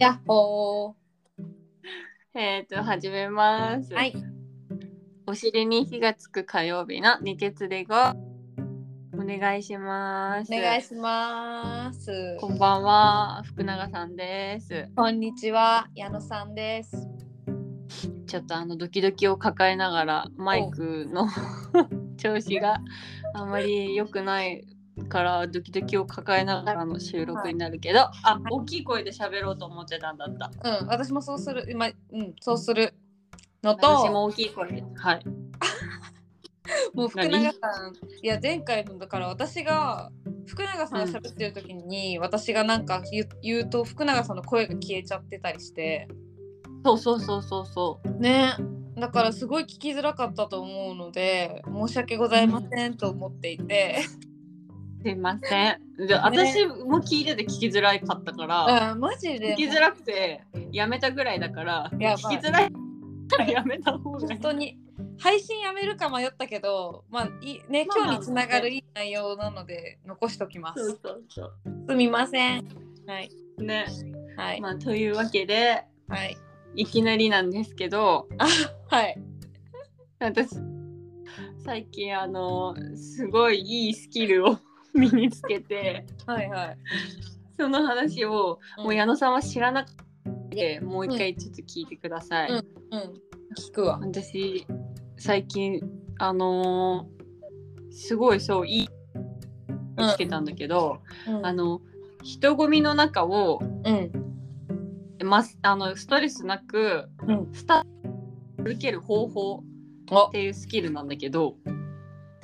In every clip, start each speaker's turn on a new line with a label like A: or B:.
A: やっほ
B: えっ、と始めます。
A: ー。はい。
B: お尻に火がつく火曜日の二血でがお願いします。
A: お願いします。
B: こんばんは福永さんです。
A: こんにちは、矢野さんです。
B: ちょっとあのドキドキを抱えながらマイクの調子があまり良くない。からドキドキを抱えながらの収録になるけど、あ大きい声で喋ろうと思ってたんだった。
A: うん、私もそうする、今、うん、そうする。の
B: 私
A: と、
B: も
A: も
B: 大きい声で、はい。
A: う福永さん、いや、前回のだから、私が。福永さんが喋ってる時に、私がなんか言う言うと、福永さんの声が消えちゃってたりして。
B: そうそうそうそうそう。
A: ね。だからすごい聞きづらかったと思うので申し訳ございませんと思っていて、
B: すいません。で、私も聞いてて聞きづらかったから。
A: うん、マジで
B: 聞きづらくてやめたぐらいだから
A: や
B: 聞
A: ばい
B: きづらいからやめた方がい
A: 本
B: い
A: 当に配信やめるか迷ったけど、まあいいね、
B: まあ
A: 今日につながるいい内容なので残しておきま
B: そ
A: す
B: う。そうそ
A: すみません。はい。
B: うね
A: はい。
B: まあというわけで
A: はい。
B: いきなりなんですけど
A: はい。
B: 私最近あのすごいいいスキルを身につけて
A: はい。はい。
B: その話を もう矢野さんは知らなくてもう一回ちょっと聞いてください。
A: うん。聞くわ。
B: 私最近あのーすごいそういいつけたんだけど、
A: うん。
B: あの人混みの中を
A: うん。
B: ますあのストレスなく
A: うん
B: スタート受ける方法
A: お
B: っ、ていうスキルなんだけど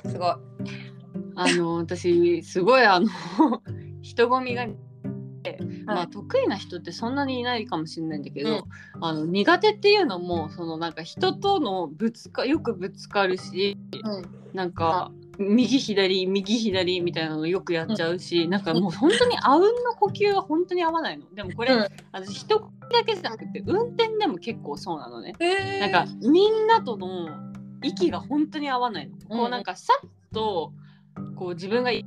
A: すごい。
B: あ の私すごいあの 人混みが、まあ、得意な人ってそんなにいないかもしれないんだけど、あの苦手っていうのもそのなんか人とのぶつかよくぶつかるし
A: うん。
B: なんか右左右左みたいなのよくやっちゃうし、なんかもう本当にあうんの呼吸が本当に合わないの。でもこれ、
A: うん
B: 私人混みだけじゃなくて運転でも結構そうなのね。
A: え
B: なんかみんなとの息が本当に合わないの。
A: うん
B: こうなんかさっとこう自分がい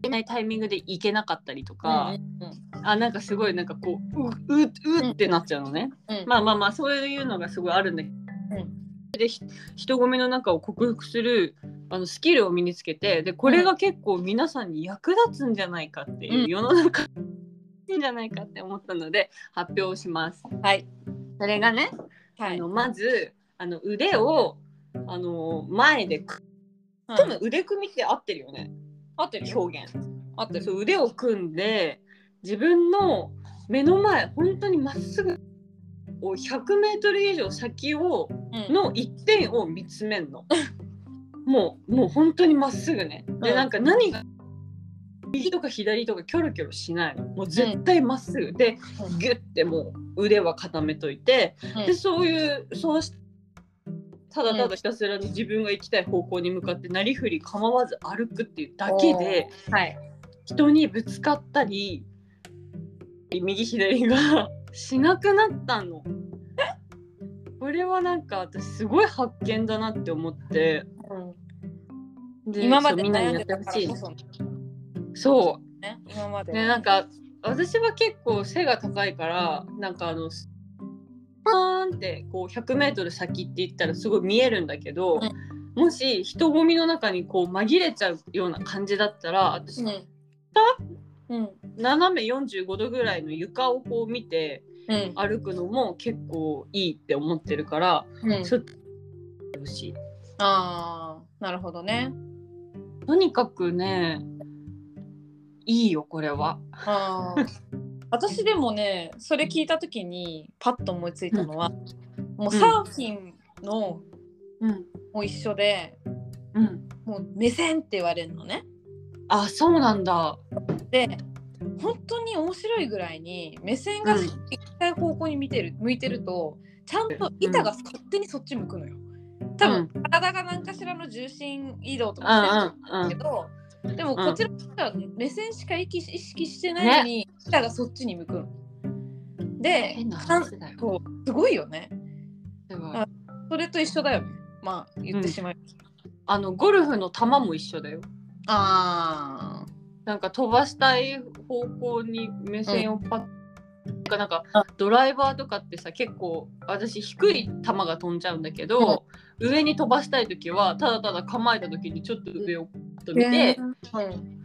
B: けないタイミングで行けなかったりとか、あなんかすごいなんかこううううってなっちゃうのね。
A: うん
B: まあまあまあそういうのがすごいあるんだけど、
A: う
B: でひ人混みの中を克服するあのスキルを身につけてでこれが結構皆さんに役立つんじゃないかっていう、
A: うん
B: 世の中にいいんじゃないかって思ったので発表します。
A: はい。
B: それがね
A: は
B: あ
A: い。
B: のまずあの腕をあの前で組
A: 多
B: む、腕組みって合ってるよね
A: 合ってるよ。
B: 表現
A: 合ってる。
B: そう腕を組んで自分の目の前本当にまっすぐを 100m 以上先を
A: うん。
B: の一点を見つめんのもうもう本当にまっすぐねで
A: うん
B: なんか何が右とか左とかキョロキョロしないのもう絶対まっすぐで
A: うん
B: ギュッてもう腕は固めといて
A: うん
B: でそういうそうしただただひたすらに自分が行きたい方向に向かってなりふり構わず歩くっていうだけで
A: はい。
B: 人にぶつかったり右左が しなくなったの。これはなんか私すごい発見だなって思って
A: うん
B: で
A: 今ま
B: そ
A: で
B: うみんな
A: 悩
B: に
A: ん
B: やって
A: でた
B: ほ
A: から
B: しい
A: こそ
B: そ
A: ね。今ま
B: う
A: で。
B: でなん。か私は結構背が高いからなんかあのパーンってこう 100m 先って言ったらすごい見えるんだけど、もし人混みの中にこう紛れちゃうような感じだったら私
A: うん。うん。
B: 斜め45度ぐらいの床をこう見て
A: うん。
B: 歩くのも結構いいって思ってるから、
A: うん
B: ちょっと欲しい
A: ああ、なるほどね。
B: とにかくねいいよこれは。
A: あー私でもねそれ聞いた時にパッと思いついたのは、もうサーフィンの
B: うん、
A: も一緒で、
B: うん、
A: もう目線って言われるのね。
B: あそうなんだ。
A: で本当に面白いぐらいに目線が
B: うん
A: 行きたい方向に見てる向いてるとちゃんと板が勝手にそっち向くのよ。多分、体が何かしらの重心移動と
B: うんう
A: か
B: ん
A: してる
B: うん
A: けど、でも
B: うん
A: こちらは目線しか意識し意識してないのに、板がそっちに向くの。で
B: 変な
A: かん
B: 話だよ。
A: そうすごいよね。
B: すごい
A: あそれと一緒だよね。まあ言ってしまい、
B: あのゴルフの球も一緒だよ。
A: ああ
B: なんか飛ばしたい方向に目線をパッ、かなんか
A: うん
B: ドライバーとかってさ結構私低い球が飛んじゃうんだけど、上に飛ばしたい時はただただ構えた時にちょっと上をパッと見て、
A: うん、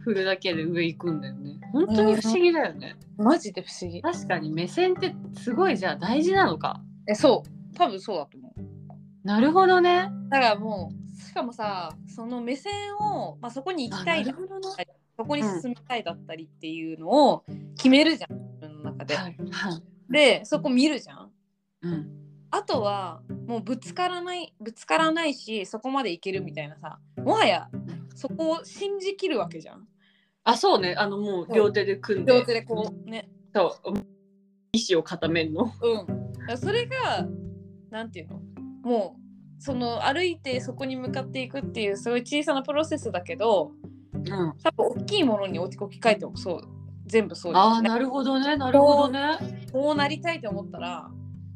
B: 振るだけで上行くんだよね本当に不思議だよね、
A: マジで不思議
B: 確かに目線ってすごいじゃあ大事なのか
A: えそう多分そうだと思う
B: なるほどね
A: だからもうしかもさその目線を、まあ、そこに行きたいだ
B: あなるほど
A: そこに進みたいだったりっていうのを決めるじゃん自分の中で、
B: はいはい、
A: でそこ見るじゃん
B: うん、
A: あとはもうぶつからないぶつからないしそこまでいけるみたいなさもはやそこを信じきるわけじゃん
B: あそうねあのもう両手で組んで
A: 両手でこうね
B: そう意思を固めるの
A: うんだからそれがなんていうのもうその歩いてそこに向かっていくっていうすごい小さなプロセスだけど
B: うん
A: 多分大きいものに置き換えてもそう全部そうです
B: ああ
A: ね
B: なるほどねなるほどね。
A: こうなりたいと思ったら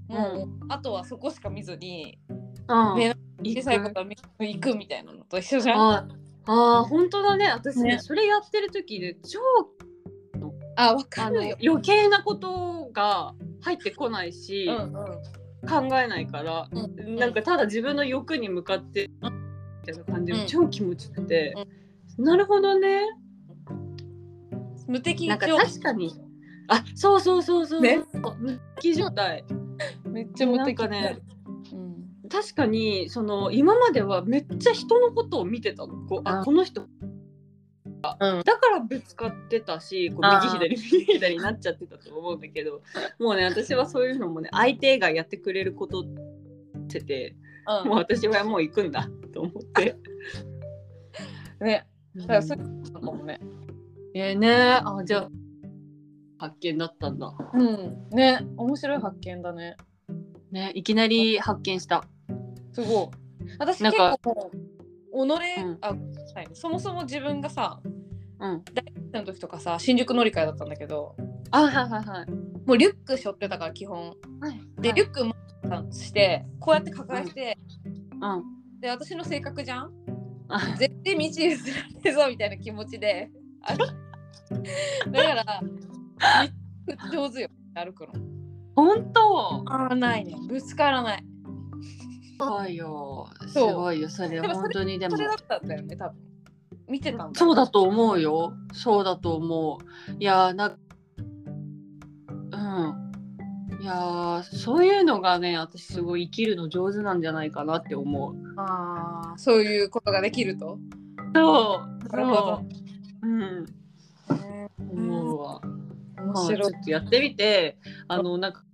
A: もう、あとはそこしか見ずに
B: うん
A: ね小
B: 行
A: さいこ
B: く
A: とは見行くみたいなのと一緒じゃんあ
B: ああ本当だね私ね
A: ね
B: それやってる時で超
A: わか
B: あの
A: るよ
B: 余計なことが入ってこないし、
A: うんうん
B: 考えないから、
A: うん
B: なんかただ自分の欲に向かってみたいな感じ
A: う
B: で
A: ん
B: 超気持ちよくて、なるほどね
A: 無敵
B: なんか
A: 状態
B: 確かにあそうそうそうそう、
A: ね
B: 無敵状態
A: めっちゃ無敵
B: な
A: になんるうん
B: 確かにその今まではめっちゃ人のことを見てたのこうあ
A: あ
B: この人だからぶつかってたしこう
A: あ
B: 右左右左になっちゃってたと思うんだけどもうね私はそういうのもね相手がやってくれることっててもう私はもう行くんだと思って。
A: うんね
B: うん
A: だからそういうことかもね
B: えーねあじゃあ発見だったんだ。
A: うんね面白い発見だね
B: ねいきなり発見した。
A: すごい私
B: なん
A: 結
B: か
A: 構己、
B: うん
A: あはいそもそも自分がさ
B: うん、
A: の時とかさ新宿乗り換えだったんだけど
B: あはいはいはい。
A: もうリュック背負ってたから基本で、リュックもしてこうやって抱えて、
B: うん、
A: で私の性格じゃん
B: あ
A: 絶対道譲らねえぞみたいな気持ちであのだからみ上手よ歩くの
B: 本当
A: あないねぶつからない
B: すごいよす
A: そう
B: ごいよそれ
A: でもそれ
B: 本当にでも
A: それだったんだよね多分見てたんだ
B: そうだと思うよそうだと思ういやーなんかうんいやーそういうのがね私すごい生きるの上手なんじゃないかなって思う
A: あーそういうことができると、
B: そう
A: なるほ
B: そ
A: ど
B: ううん思うわ、
A: 面
B: まあ、ち
A: 白
B: ょ
A: い
B: っとやってみてあのなんか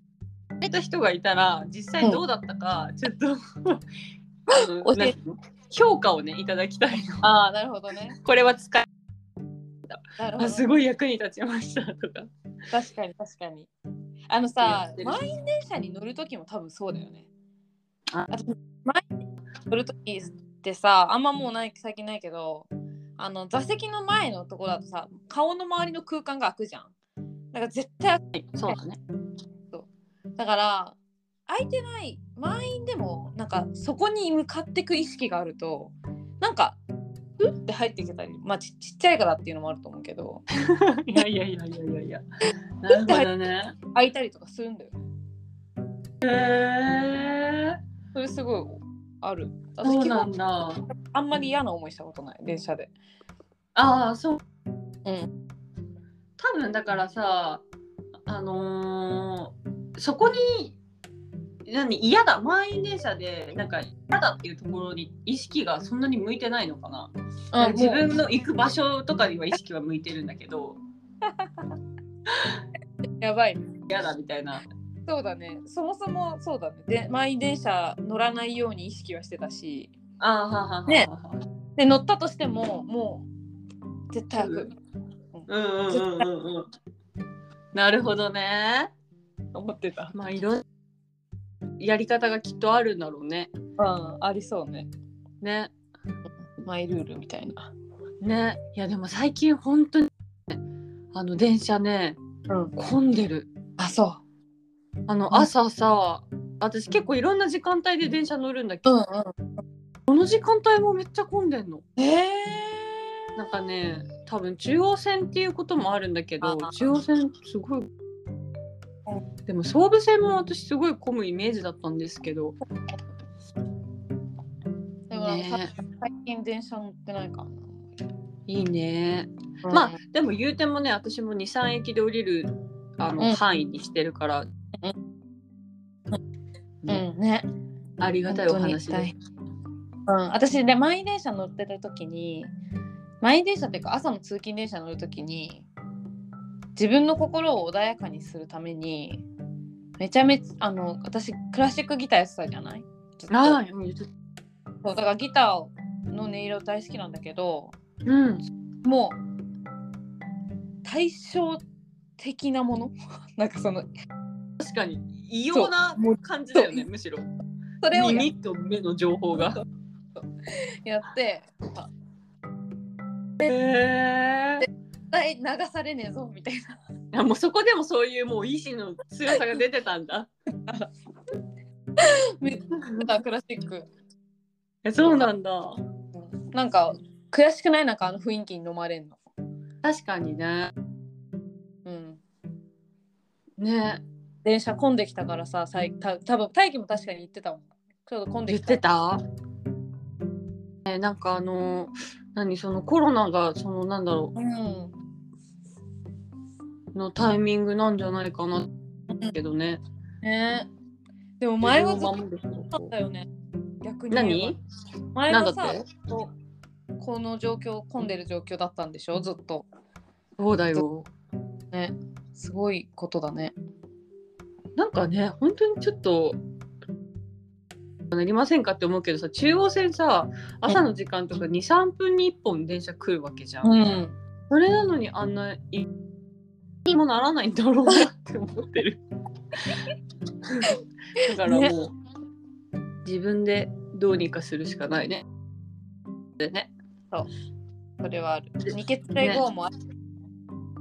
B: やった人がいたら実際どうだったか、ちょっと あの
A: 教
B: な
A: え
B: んていうの評価をねいただきたいの
A: ああなるほどね
B: これは使え
A: なるほ
B: あ
A: ど
B: すごい役に立ちましたとか
A: 確かに確かにあのさ
B: やってる
A: 満員電車に乗る時も多分そうだよね
B: あ
A: あと満員電車に乗る時ってさあんまもうない最近ないけどあの座席の前のとこだとさ顔の周りの空間が空くじゃんだから絶対
B: そうだね
A: だから空いてない満員でもなんかそこに向かってく意識があるとなんかうって入ってきたりまあちちっちゃいからっていうのもあると思うけど
B: いやいやいやいやいやいや。なるほど ね。
A: 空いたりとかするんだよね
B: へえ
A: それすごいある
B: ー。
A: 私
B: そう
A: 基
B: な
A: 本
B: んだ。
A: あんまり嫌な思いしたことない電車で。
B: ああ、そう。
A: うん。
B: 多分だからさ、あのーそこに、何嫌だ満員電車でなんか嫌だっていうところに意識がそんなに向いてないのかな
A: あ
B: 自分の行く場所とかには意識は向いてるんだけど
A: やばい。
B: 嫌だみたいな
A: そうだね。そもそもそうだね。で満員電車乗らないように意識はしてたし、
B: ああはあはあはあ
A: ねで乗ったとしてももう絶対開く
B: うんうんうんうんうんなるほどね
A: と思ってた。
B: まあいろんなやり方がきっとあるんだろうね。
A: うんありそうね。
B: ね。
A: マイルールみたいな。
B: ね。いやでも最近本当にねあの電車ね
A: うん。
B: 混んでる。
A: あそ
B: あの朝さ私結構いろんな時間帯で電車乗るんだけ
A: う。
B: ど、
A: んうん。
B: この時間帯もめっちゃ混んでんの。
A: え
B: なんかね多分中央線っていうこともあるんだけど
A: あー
B: 中央線すごいでも総武線も私すごい混むイメージだったんですけど
A: だから、
B: ね
A: 最近電車乗ってないからな。
B: いいね、
A: うん
B: まあでも言うてもね私も23駅で降りるあの、
A: うん
B: 範囲にしてるから、ね
A: うんね。
B: ありがたいお話
A: 本当に大
B: で
A: 変うん、私ね満員電車乗ってる時に満員電車っていうか朝の通勤電車乗る時に自分の心を穏やかにするためにめちゃめちゃあの私クラシックギターやってたじゃないずっと
B: ああ言ってた
A: そうだからギターの音色大好きなんだけど
B: うん
A: もう対照的なもの なんかその
B: 確かに異様な感じだよねむしろ
A: それをや
B: 耳と目の情報が
A: やってあ
B: へえ
A: 絶対流されねえぞみたいな
B: あもうそこでもそういうもう意志の強さが出てたん だ
A: めっだからクラシック
B: えそうなんだ
A: なんか悔しくないなんかあの雰囲気に飲まれんの。
B: 確かにね
A: うん、
B: ね
A: 電車混んできたからささいた多分大気も確かに言ってたもん。ちょうど混んで
B: 言っ
A: きた。
B: てたえなんかあの何そのコロナがそのなんだろ
A: うん。
B: うのタイミングなんじゃないかなけどね
A: ねでも前はずっ
B: 自分を
A: と
B: 守る
A: だったよね。逆に言え
B: 何
A: ば。前
B: なん
A: は
B: だっ
A: さ
B: て
A: こうこの状況混んでる状況だったんでしょずっと。
B: そうだよ
A: ね。すごいことだね。
B: なんかね本当にちょっとなりませんかって思うけどさ中央線さ朝の時間とか23分に1本電車来るわけじゃん、
A: うん。
B: それなのにあんないにもならないんだろうなって思って るだからもう、自分でどうにかするしかないねでね
A: それはある。二血性号もある。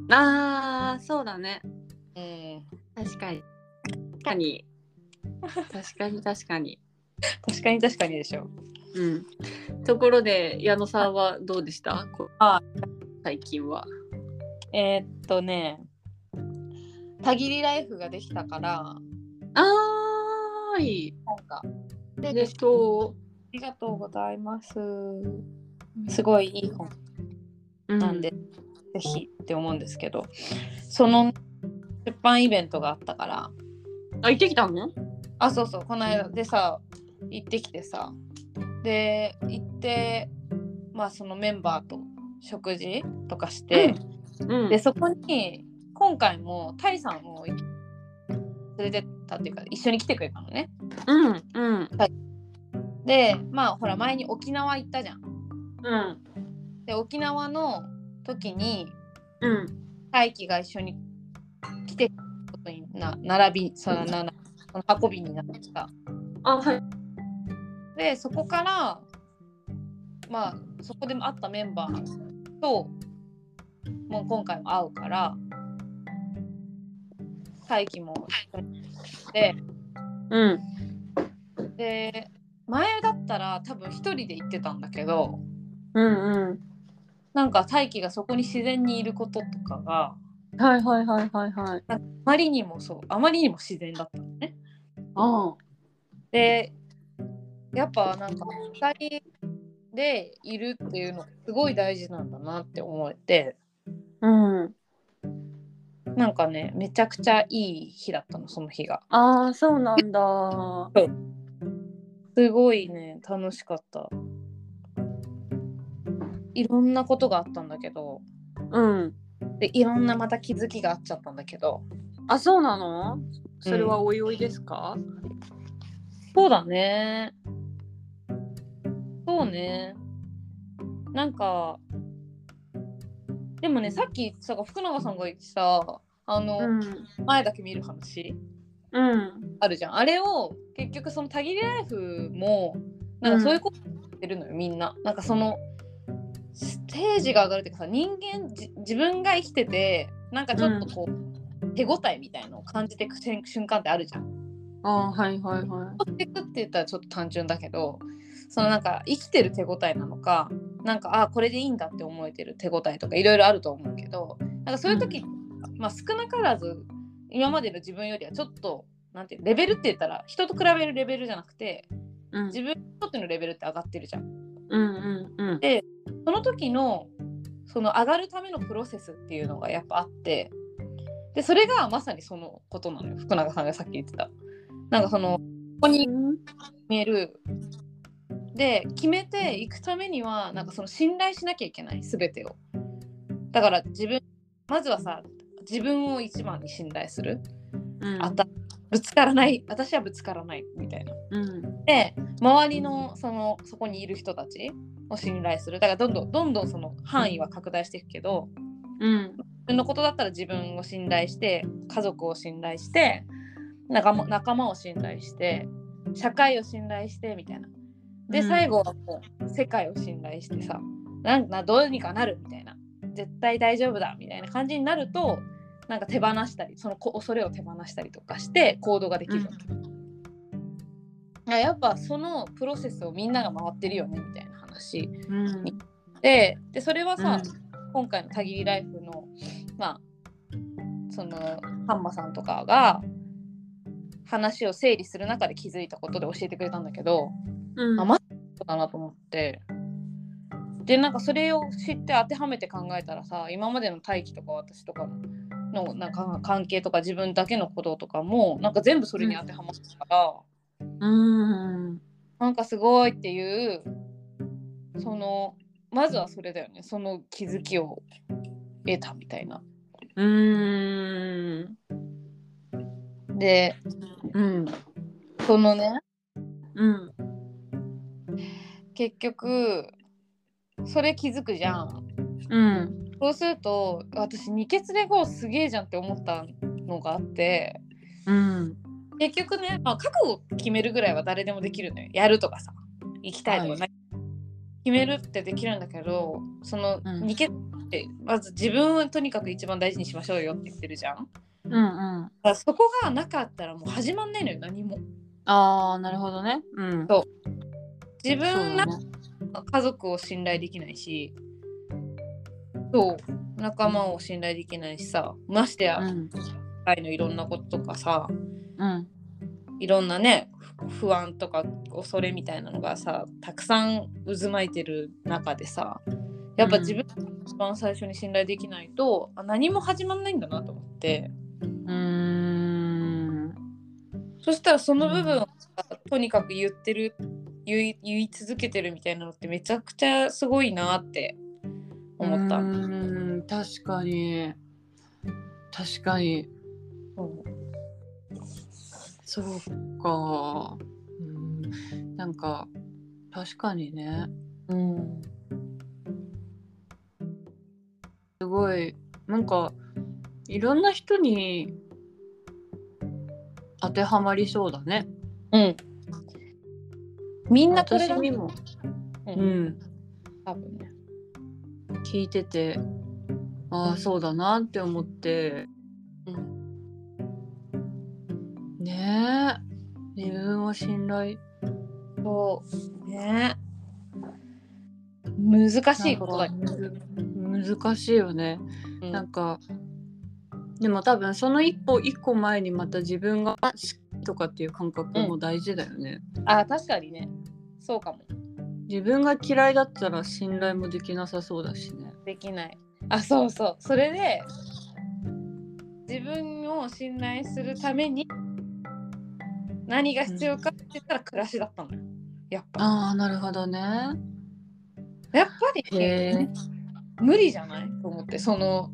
B: あーそうだね
A: うん。
B: 確かに確かに確かに確かに
A: 確かに確かにでしょ。
B: うんところで矢野さんはどうでしたこ
A: あ
B: 最近は
A: えーっとね。たぎりライフができたから。
B: あーい
A: なんか。
B: いですと
A: ありがとうございます。すごいいい本
B: う
A: なんで、ぜひって思うんですけど、その出版イベントがあったから、
B: あ行ってきたの
A: あ、そうそう、この間でさ、行ってきてさ、で、行って、まあそのメンバーと食事とかして、
B: うん
A: で、そこに今回もタリさんを連れてったっていうか、一緒に来てくれたのね。
B: うんうん
A: で、まあほら、前に沖縄行ったじゃ
B: う
A: ん。
B: ん
A: で、沖縄の時に、
B: うん
A: 大輝が一緒に来てことにな並びそのななその運びになってきた。
B: あはい
A: でそこからまあそこで会ったメンバーともう今回も会うから大輝も一緒に来て
B: うん
A: で前だったら多分一人で行ってたんだけど
B: うん
A: なんか大輝がそこに自然にいることとかが
B: うんはいはいはいはいはい
A: あまりにもそうあまりにも自然だったのね。
B: あ
A: でやっぱなんか2人でいるっていうのすごい大事なんだなって思えて
B: あうん
A: なんかねめちゃくちゃいい日だったのその日が
B: ああそうなんだ
A: すごいね楽しかったいろんなことがあったんだけど
B: うん
A: でいろんなまた気づきがあっちゃったんだけど
B: あそうなのそれはおいおいですか、
A: そうだねそうねなんかでもねさっきさ福永さんが言ってたあの、
B: うん
A: 前だけ見る話
B: うん
A: あるじゃんあれを結局その「たぎりライフ」もなんかそういうことやってるのよ、みんななんかそのステージが上がるっていうかさ人間じ自分が生きててなんかちょっとこう、手応えみたいのを感じてく瞬瞬間ってあるじゃん。
B: あーはいはいはい
A: 追ってくって言ったらちょっと単純だけどそのなんか生きてる手応えなのかなんかあこれでいいんだって思えてる手応えとかいろいろあると思うけどなんかそういう時、まあ少なからず今までの自分よりはちょっとなんていうレベルって言ったら人と比べるレベルじゃなくて
B: うん
A: 自分にとってのレベルって上がってるじゃん。
B: うんうん
A: その時のその上がるためのプロセスっていうのがやっぱあってでそれがまさにそのことなのよ福永さんがさっき言ってた。なんかそのここに
B: うん
A: 見えるで決めていくためにはなんかその信頼しなきゃいけない全てをだから自分まずはさ自分を一番に信頼する、
B: うん
A: あたぶつからない私はぶつからないみたいな
B: うん
A: で周りのそのそこにいる人たちを信頼するだからどんどんどんどんその範囲は拡大していくけど
B: うん
A: 自分のことだったら自分を信頼して家族を信頼して仲間仲間を信頼して社会を信頼してみたいなで、
B: うん
A: 最後はもう世界を信頼してさなんなどうにかなるみたいな絶対大丈夫だみたいな感じになるとなんか手放したりそのこ恐れを手放したりとかして行動ができるわけ、あやっぱそのプロセスをみんなが回ってるよねみたいな話
B: うん
A: ででそれはさ、
B: うん
A: 今回の「たぎりライフの」まあそのハンマさんとかが話を整理する中で気づいたことで教えてくれたんだけど、
B: うん
A: あまさにそうだなと思ってでなんかそれを知って当てはめて考えたらさ今までの大輝とか私とかののなんか関係とか自分だけのこととかもなんか全部それに当てはまったから。
B: うん
A: なんかすごいっていうそのまずはそれだよねその気づきを得たみたいな。
B: うん
A: で
B: うん
A: そのね
B: うん
A: 結局それ気づくじゃん。
B: うん
A: そうすると私二血レゴすげえじゃんって思ったのがあって
B: うん
A: 結局ね、まあ、覚悟決めるぐらいは誰でもできるのよやるとかさ行きたいとか、
B: は
A: 決めるってできるんだけどその
B: うん
A: 二血ってまず自分をとにかく一番大事にしましょうよって言ってるじゃん。
B: うん
A: だからそこがなかったらもう始まんないのよ何も
B: ああなるほどねうん
A: 自
B: そう
A: 分
B: だ
A: ら
B: ね
A: 家族を信頼できないしそう仲間を信頼できないしさましてや
B: うん
A: 愛のいろんなこととかさ
B: うん
A: いろんなねふ不安とか恐れみたいなのがさたくさん渦巻いてる中でさやっぱ自分が一番最初に信頼できないと、あ何も始まんないんだなと思って
B: うーん
A: そしたらその部分をとにかく言ってる言い言い続けてるみたいなのってめちゃくちゃすごいなって思った。
B: うーん確かに確かに
A: うん
B: そうかうんなんか確かにね
A: うん
B: すごいなんかいろんな人に当てはまりそうだね
A: うん、みんなこれ
B: 私
A: だ
B: にも
A: うん
B: うん
A: 多分ね。
B: 聞いててああそうだなって思って
A: うん
B: ねえ自分を信頼
A: そうね難しいことだけど。
B: なんか難しいよね
A: うん
B: なんかでも多分その一歩一個前にまた自分が好きとかっていう感覚も大事だよね、
A: あ確かにねそうかも
B: 自分が嫌いだったら信頼もできなさそうだしね
A: できない。あそうそうそれで自分を信頼するために何が必要かって言ったら暮らしだったのよ。やっぱ
B: ああなるほどね
A: やっぱり、
B: へえ
A: 無理じゃないと思ってその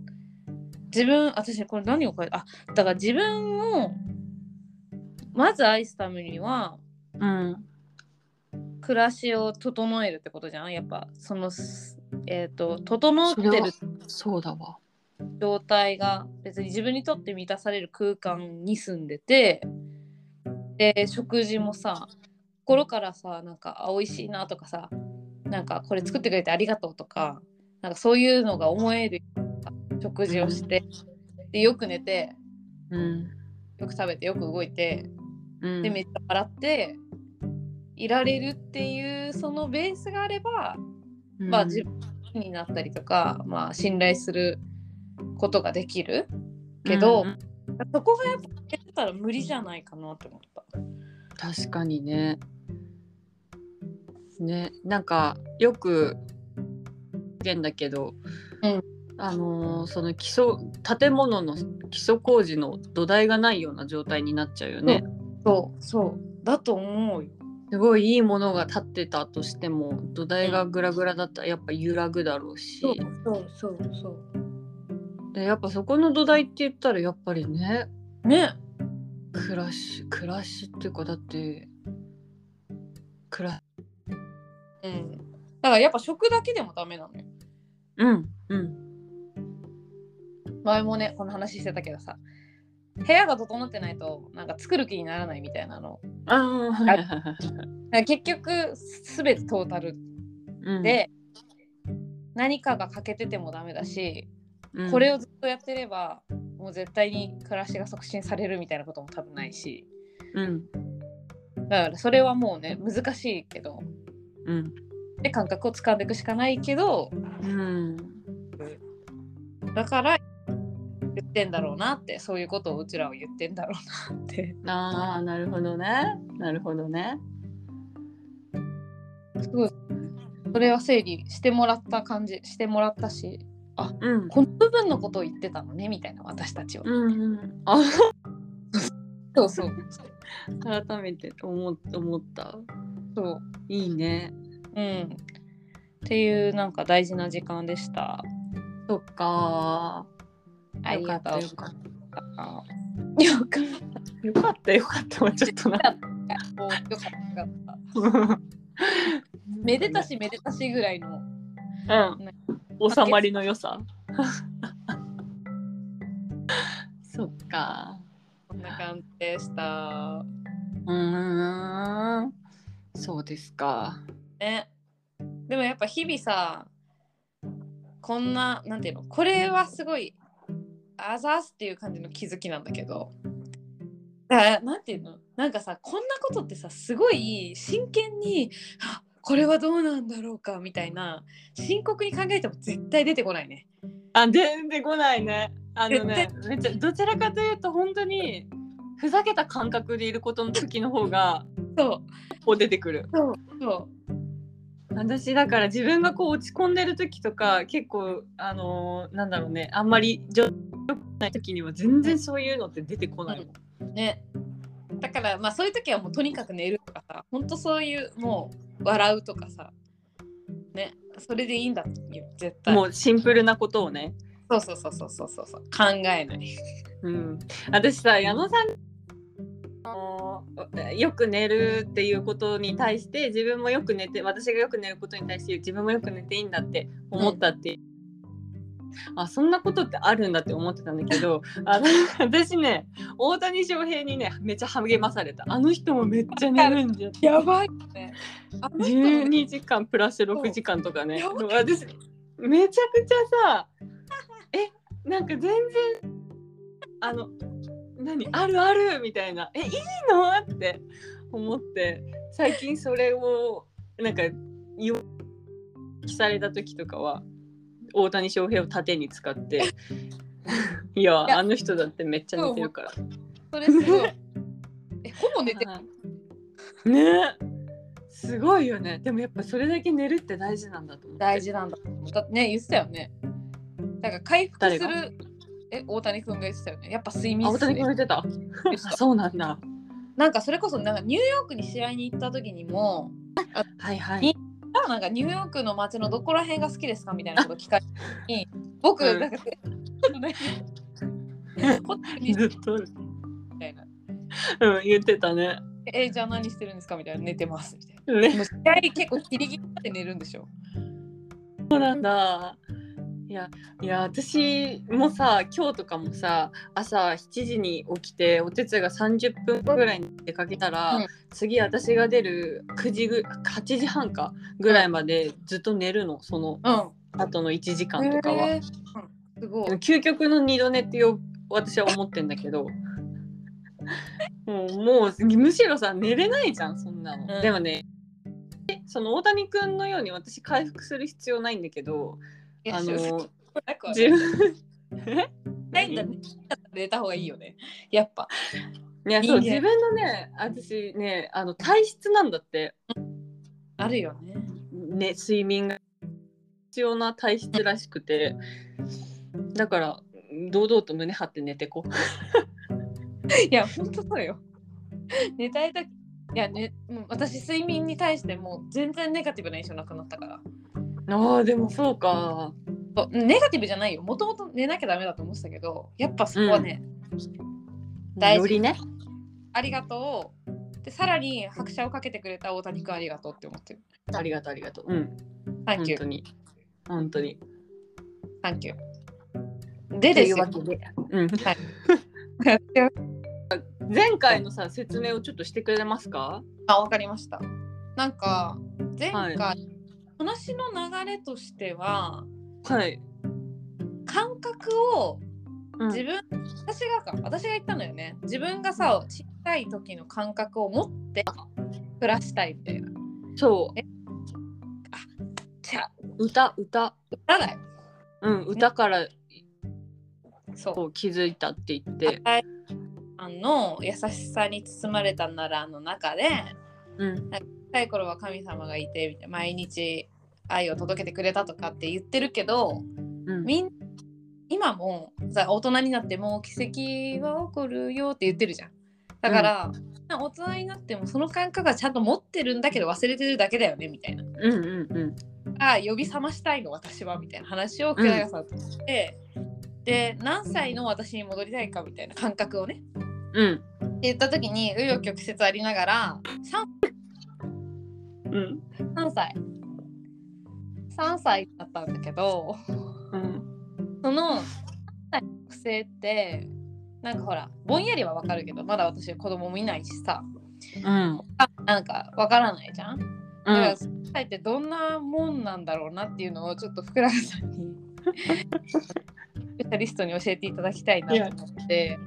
A: 自分私これ何を書いてあだから自分をまず愛すためには
B: うん
A: 暮らしを整えるってことじゃんやっぱそのすえっ、と整っ
B: そ
A: て
B: れは
A: る
B: そうだわ
A: 状態が別に自分にとって満たされる空間に住んでてで食事もさ心からさなんかあ美味しいなとかさなんかこれ作ってくれてありがとうとかなんかそういうのが思える食事をしてでよく寝て
B: うん
A: よく食べてよく動いて
B: うん
A: でめっちゃ笑っていられるっていうそのベースがあればまあ、自分になったりとか、まあ、信頼することができるけど、
B: うん
A: そこがやっぱやってたら無理じゃないかなって思った。
B: 確かにね。ね、なんかよく言うんだけど、
A: うん
B: あのーその基礎建物の基礎工事の土台がないような状態になっちゃうよね。
A: そうそうだと思うよ。
B: すごいいいものが建ってたとしても土台がグラグラだったらやっぱ揺らぐだろうし、
A: そうそうそう。
B: でやっぱそこの土台って言ったらやっぱりね
A: ね
B: 暮らし暮らしっていうかだって暮ら
A: うん。だからやっぱ食だけでもダメなのよ。
B: うんうん
A: 前もねこの話してたけどさ部屋が整ってないとなんか作る気にならないみたいなの。
B: ああはいはいはいはい
A: だから結局すべてトータル
B: うん
A: で、何かが欠けててもダメだし、
B: うん
A: これをずっとやってればもう絶対に暮らしが促進されるみたいなことも多分ないし
B: うん
A: だからそれはもうね難しいけど
B: うん
A: で感覚を掴んでいくしかないけど
B: うん
A: だから言ってんだろうなってそういうことをうちらは言ってんだろうなって
B: ああなるほどねなるほどね
A: すごいそれは整理してもらった感じしてもらったし
B: うん
A: この部分のことを言ってたのねみたいな私たちは。
B: うんうんあ
A: そうそう
B: 改めて思思った
A: そう
B: いいね
A: うんっていうなんか大事な時間でした。
B: そっか
A: ありがとう
B: よかった
A: よかった。
B: よかったよかったちょっと な
A: もうよかったよかった。めでたしめでたしぐらいの。
B: うん、収まりの良さ。 そっか。
A: こんな感じでした。
B: うーん。そうですか。
A: ね。でもやっぱ日々さ、こんな、なんていうの、これはすごい、あざーすっていう感じの気づきなんだけど、あなんていうの、なんかさ、こんなことってさ、すごい真剣に、あこれはどうなんだろうかみたいな、深刻に考えても絶対出てこないね。
B: あ、出てこないね。あのね
A: 絶、
B: めっちゃどちらかというと本当にふざけた感覚でいることの時の方が
A: そう、
B: こう出てくる。
A: そう、そう。
B: 私だから自分がこう落ち込んでる時とか結構あのーなんだろうね、あんまり上手ない時には全然そういうのって出てこないもん。
A: ねだからまあそういう時はもうとにかく寝るとかさほんとそういうもう笑うとかさねそれでいいんだよ絶対
B: もうシンプルなことをね。
A: そうそうそうそうそうそうそう考えない
B: うん、私さ矢野さんあのよく寝るっていうことに対して自分もよく寝て私がよく寝ることに対して自分もよく寝ていいんだって思ったって、あそんなことってあるんだって思ってたんだけどあの私ね大谷翔平にねめっちゃ励まされたあの人もめっちゃ寝るんじゃ
A: やばいよねあの人も
B: 12時間プラス6時間とかね
A: やば
B: 私めちゃくちゃさえなんか全然あの何あるあるみたいなえいいのって思って最近それをなんか言お聞された時とかは大谷翔平を盾に使 って「いや
A: いや
B: あの人だってめっちゃ寝てるから」
A: それすごいえほぼ寝てる
B: はいねすごいよねでもやっぱそれだけ寝るって大事なんだと思って
A: 大事なんだだってね言ってたよねだから回復
B: 誰
A: す
B: が
A: るえ大谷君が言ってたよねやっぱ睡
B: あ
A: 眠
B: 大
A: っす
B: 谷
A: ね
B: 君が言ってた
A: 言ってた
B: そうなんだ
A: なんかそれこそなんかニューヨークに試合に行った時にも
B: はいはい
A: なんかニューヨークの街のどこら辺が好きですかみたいなこと聞かれた時に 僕
B: うん
A: なんか、ホテルに
B: ずっと、
A: みたいな
B: うん、言ってたね
A: えじゃあ何してるんですかみたいな寝てますみたいな
B: ね
A: もう試合結構ギリギリまで寝るんでしょ
B: そうなんだいやいや私もさ今日とかもさ朝7時に起きてお手伝いが30分ぐらいに出かけたら、
A: うん
B: 次私が出る9時ぐ8時半かぐらいまでずっと寝るのその
A: う
B: 後の1時間とかは。
A: えーうんすごい
B: 究極の二度寝ってよ私は思ってんだけ どもうもうむしろさ寝れないじゃんそんなの、
A: うん
B: でもねその大谷君のように私回復する必要ないんだけどあ
A: いや
B: の
A: なくはな
B: 自
A: い
B: 分え
A: ないんだね。入れた方がいいよね。やっぱ。
B: いやそう
A: いいね
B: 自分のね私ねあの体質なんだって
A: あるよね。
B: ね睡眠が必要な体質らしくてだから堂々と胸張って寝てこう
A: いや、本当そうよ。寝たいとき。いやね、もう私睡眠に対してもう全然ネガティブな印象なくなったから
B: あーでもそうか
A: そうネガティブじゃないよもともと寝なきゃダメだと思ってたけどやっぱそこはね、大事
B: よりね
A: ありがとうでさらに拍車をかけてくれた大谷君ありがとうって思ってる
B: ありがとうありがとううん
A: サン
B: 本
A: キュ
B: 当
A: ー
B: に本当に
A: サンキューでですよ
B: というわけで、うん、前回のさ説明をちょっとしてくれますか
A: あ、わかりました。なんか前回、
B: は
A: 話の流れとしては
B: はい、
A: 感覚を
B: うん
A: 自分、私がか私が言ったのよね自分がさ小さい時の感覚を持って暮らしたいみたいな
B: そ
A: じゃあ
B: う歌歌
A: 歌だよ
B: うん歌から
A: そ
B: こう気づいたって言っ
A: う
B: て
A: 赤井さんの優しさに包まれたならの中で
B: うん
A: 小さい頃は神様がいてみたいな毎日愛を届けてくれたとかって言ってるけど
B: うん
A: みん今もさ大人になってもう奇跡は起こるよって言ってるじゃんだから、大人になってもその感覚はちゃんと持ってるんだけど忘れてるだけだよねみたいな
B: うんうんうん
A: あ呼び覚ましたいの私はみたいな話を福永さんとして、で何歳の私に戻りたいかみたいな感覚をねって
B: うん
A: 言った時に紆余曲折ありながら
B: うん
A: 3 3歳3歳だったんだけど
B: うん
A: その学生ってなんかほらぼんやりはわかるけどまだ私は子供もいないしさ
B: うん
A: なんかわからないじゃん。
B: う
A: だか
B: ん
A: ら3歳ってどんなもんなんだろうなっていうのをちょっと福永さんに スペシャリストに教えていただきたいなと思って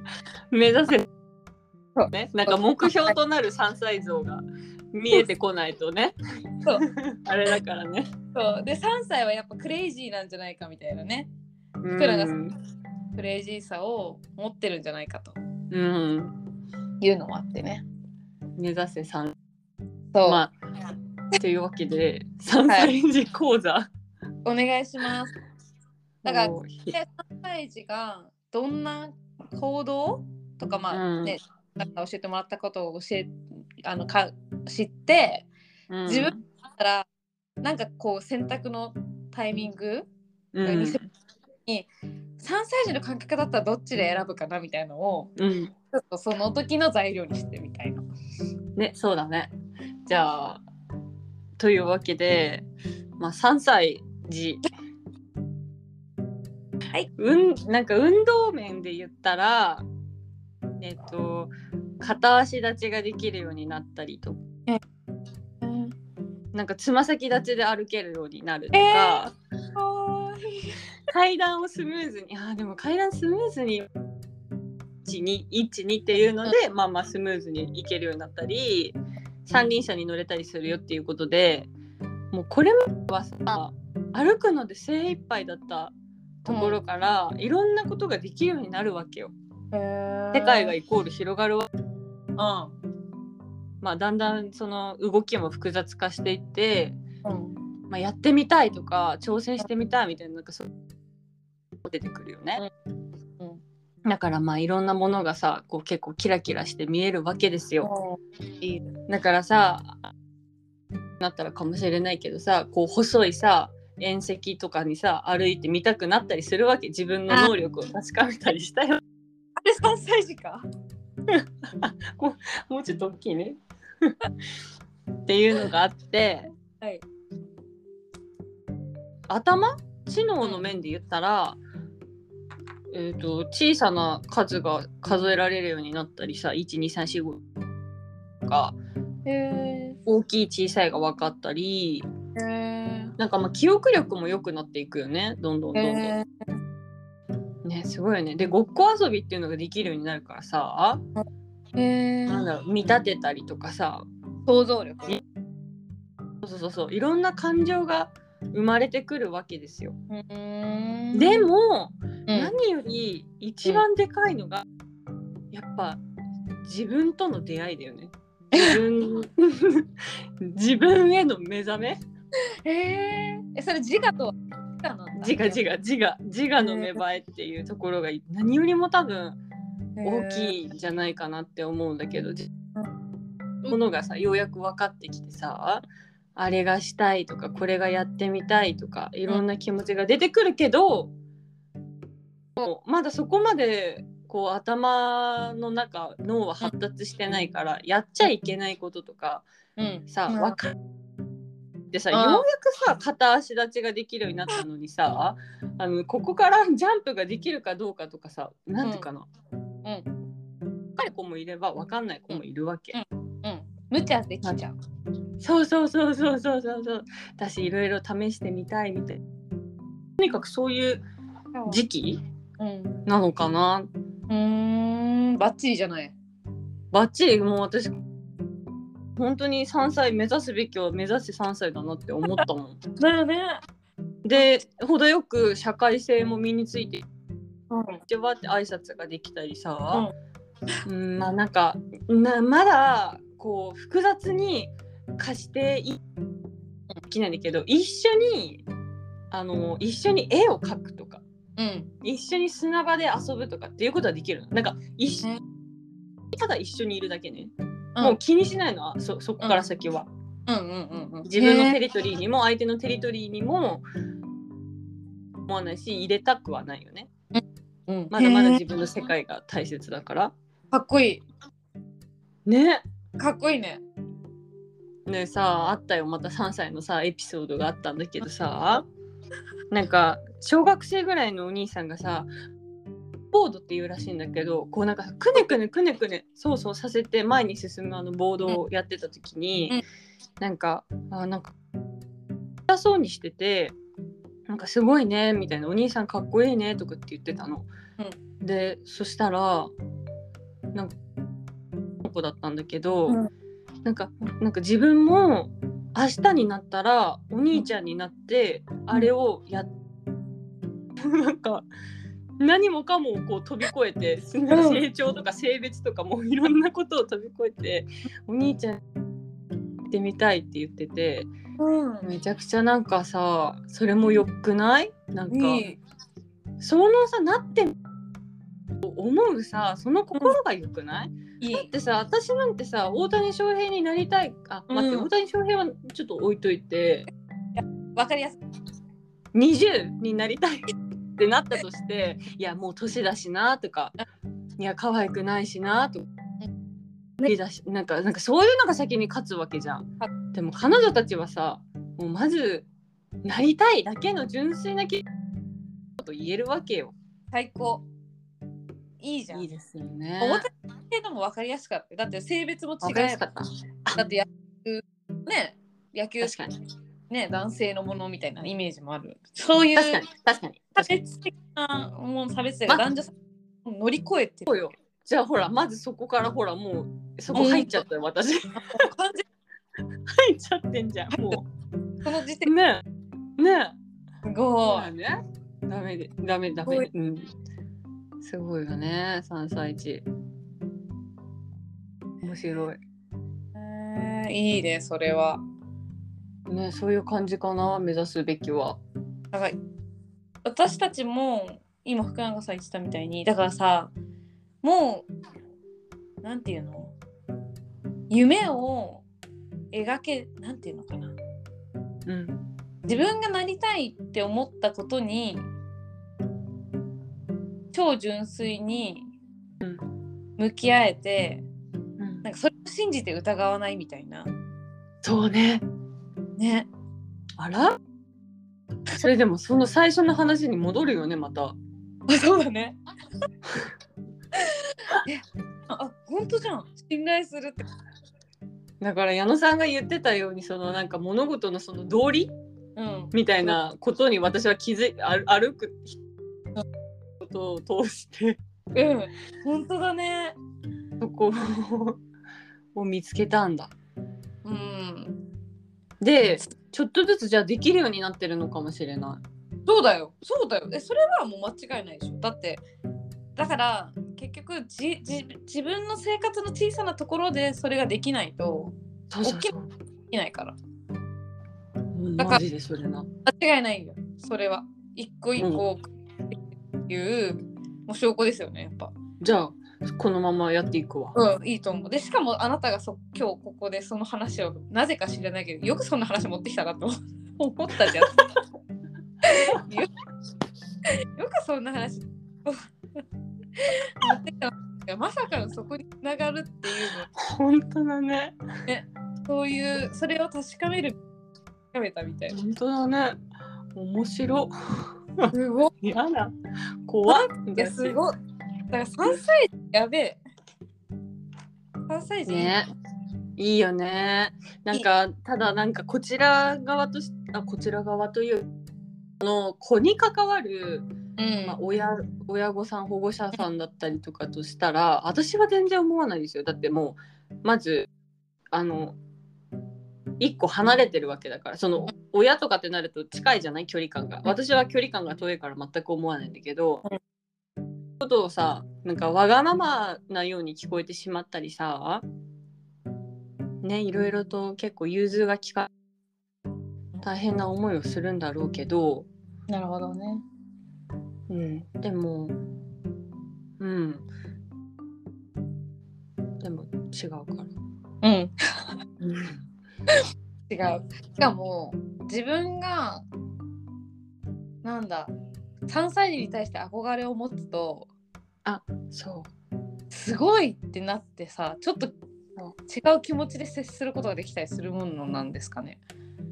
B: 目指せ
A: そう
B: ねなんか目標となる山菜像が見えてこないとね
A: そう
B: あれだからね
A: そうで3歳はやっぱクレイジーなんじゃないかみたいなね
B: うん
A: くらがクレイジーさを持ってるんじゃないかと
B: うん
A: いうのもあってね
B: 目指せ山
A: そう、
B: まあというわけで山菜児講座、
A: お願いしますだから
B: もうひ
A: で3歳児がどんな行動とかま
B: う
A: あ
B: ん
A: ね、なんか教えてもらったことを教えあのか知って
B: うん
A: 自分だったらなんかこう選択のタイミング
B: う
A: に、
B: ん
A: 3歳児の感覚だったらどっちで選ぶかなみたいのを
B: うん、
A: ちょっとその時の材料にしてみたいな。
B: ねそうだねじゃあというわけで、まあ、3歳児
A: はい
B: うんなんか運動面で言ったらえっと片足立ちができるようになったりとなんかつま先立ちで歩けるようになるとか、階段をスムーズにあーでも階段スムーズに1212っていうので、まあまあスムーズに行けるようになったり三輪車に乗れたりするよっていうことでもうこれまではさ歩くので精一杯だったところから、いろんなことができるようになるわけよ。世界がイコール広がるわ
A: う
B: まあ、だんだんその動きも複雑化していって、
A: ん
B: まあ、やってみたいとか挑戦してみたいみたいななんかそう出てくるよね、
A: うんう
B: だからまあいろんなものがさこう結構キラキラして見えるわけですよ
A: いい
B: だからさなったらかもしれないけどさこう細いさ縁石とかにさ歩いてみたくなったりするわけ自分の能力を確かめたりしたよ
A: あれ3歳児か
B: もうちょっと大きいねっていうのがあって、
A: はい
B: 頭知能の面で言ったら、えー、と小さな数が数えられるようになったりさ12345が
A: へえ
B: 大きい小さいが分かったり
A: へえ
B: なんかまあ記憶力も良くなっていくよねどんどんどんどん。
A: へ
B: ねすごいよね。でごっこ遊びっていうのができるようになるからさ、
A: え
B: なんだろう見立てたりとかさ
A: 想像力
B: そうそうそうそういろんな感情が生まれてくるわけですよ。
A: うーん
B: でも
A: うん
B: 何より一番でかいのが、やっぱ自分との出会いだよね。自 分自分への目覚め
A: えー、えそれ自我とは自我なんだ
B: 自我自我自我自我の芽生えっていうところが何よりも多分大
A: い、
B: きいんじゃないかなって思うんだけどじものがさようやく分かってきてさあれがしたいとかこれがやってみたいとかいろんな気持ちが出てくるけど、もうまだそこまでこう頭の中脳は発達してないからやっちゃいけないこととか
A: うん、
B: さ
A: うん
B: 分かってさ
A: うん
B: ようやくさ片足立ちができるようになったのにさあのここからジャンプができるかどうかとかさなんていうかな、
A: うんうん
B: 分かる子もいれば分かんない子もいるわけ。
A: うん、無茶できちゃう、
B: そうそうそうそうそうそうそう私いろいろ試してみたいみたいとにかくそういう時期
A: うん
B: なのかな
A: うーんバッチリじゃない
B: バッチリもう私本当に3歳目指すべきは目指して3歳だなって思ったもん
A: だよね、
B: で程よく社会性も身について
A: うん、
B: ってばって挨拶ができたりさ、うん、まあなんかなまだこう複雑に貸していできないんだけど一緒にあの一緒に絵を描くとか
A: うん
B: 一緒に砂場で遊ぶとかっていうことはできるのなんか一緒にただ一緒にいるだけね、もう気にしないのあそそこから先は、
A: うんうんうんうん
B: 自分のテ
A: リ
B: リトリーにも相手のテリトリーにも思わないし入れたくはないよね
A: うん
B: まだまだ
A: へ
B: 自
A: ー
B: 分の世界が大切だから
A: かっこい
B: ね
A: いかっこいいね
B: ねさあったよまた3歳のさエピソードがあったんだけど さなんか小学生ぐらいのお兄さんがさボードっていうらしいんだけどこうなんかくねくねくねくねそうそうさせて前に進むあのボードをやってた時に、
A: うん
B: なんかあなんか痛そうにしててなんかすごいねみたいなお兄さんかっこいいねとかって言ってたの。でそしたらなんか子だったんだけど、
A: うん
B: なんかなんか自分も明日になったらお兄ちゃんになってあれをやっ、 なんか何もかもこう飛び越えてすな
A: うん
B: 成長とか性別とかもういろんなことを飛び越えてお兄ちゃんになってみたいって言ってて
A: うん
B: めちゃくちゃなんかさそれもよくないなんか
A: いい
B: そのさなって思うさその心がよくない
A: い
B: だっ
A: い
B: てさ私なんてさ大谷翔平になりたいあ
A: うん
B: 待って、大谷翔平はちょっと置いといて
A: わかりやすい
B: 20になりたいってなったとしていやもう年だしなとかいや可愛くないしなとか。無理だしなんかなんかそういうのが先に勝つわけじゃん
A: は。
B: でも彼女たちはさもうまずなりたいだけの純粋な気と言えるわけよ。
A: 最高いいじゃん
B: いいですよね。
A: 大谷翔平のも分かりやすかったよだって性別も違
B: わかりや
A: え
B: すか
A: ば
B: った。
A: だって野球ね野球
B: 確かに
A: ね男性のものみたいなイメージもあるそういう
B: 確かに確かに
A: 差
B: 確かに。
A: 別的なもう差別性が
B: まあ
A: 男女差を乗り越えてる
B: そうよ。じゃあほらまずそこからほらもうそこ入っちゃったよ私入
A: 完全
B: っちゃってんじゃんも
A: にこの時点
B: うねえねえ
A: すごい
B: だねダメでダメダメうんすごいよね三歳児面白い
A: えーいいねそれは
B: ねそういう感じかな目指すべきは
A: だから私たちも今福永さん言ってたみたいにだからさもうなんていうの夢を描けなんていうのかな
B: うん
A: 自分がなりたいって思ったことに超純粋に
B: うん
A: 向き合えて、
B: うん
A: なんかそれを信じて疑わないみたいな
B: そうね
A: ね
B: あらそれでもその最初の話に戻るよねまた
A: あそうだね えあ本当じゃん信頼するって
B: だから矢野さんが言ってたようにそのなんか物事のその道理
A: うん
B: みたいなことに私は気づい歩歩くことを通して
A: うん本当だね
B: そこを を見つけたんだ。
A: うん
B: でちょっとずつじゃあできるようになってるのかもしれな
A: そうだよそうだよえそれはもう間違いないでしょだってだから結局じじ自分の生活の小さなところでそれができないと
B: そうそうそう
A: できないから
B: うん
A: だから
B: マジでそれな
A: 間違いないよそれは一個一個っていう,、もう証拠ですよねやっぱ
B: じゃあこのままやっていくわ
A: うんいいと思うでしかもあなたがそ今日ここでその話をなぜか知らないけどよくそんな話持ってきたなと 思ったじゃん よよくそんな話持ってきたなまさかのそこにつながるっていうのは
B: 本当だね
A: そういうそれを確かめる確かめたみたいな
B: 本当だね面白
A: すごい
B: やだ怖っ
A: いやすごいだから3歳児やべえ3歳児
B: ねいいよねなんかただなんかこちら側としあこちら側というあの子に関わる、
A: うん、
B: まあ、親親御さん保護者さんだったりとかとしたら私は全然思わないですよだってもうまずあの一個離れてるわけだからその親とかってなると近いじゃない距離感が私は距離感が遠いから全く思わないんだけど、
A: う
B: ことをさなんかわがままなように聞こえてしまったりさねいろいろと結構融通が利か大変な思いをするんだろうけど、
A: なるほどね
B: うん、でも、うん。でも違うから。
A: うん違うしかも自分がなんだ3歳児に対して憧れを持つと
B: そ
A: すごいってなってさちょっと違う気持ちで接することができたりするものなんですかね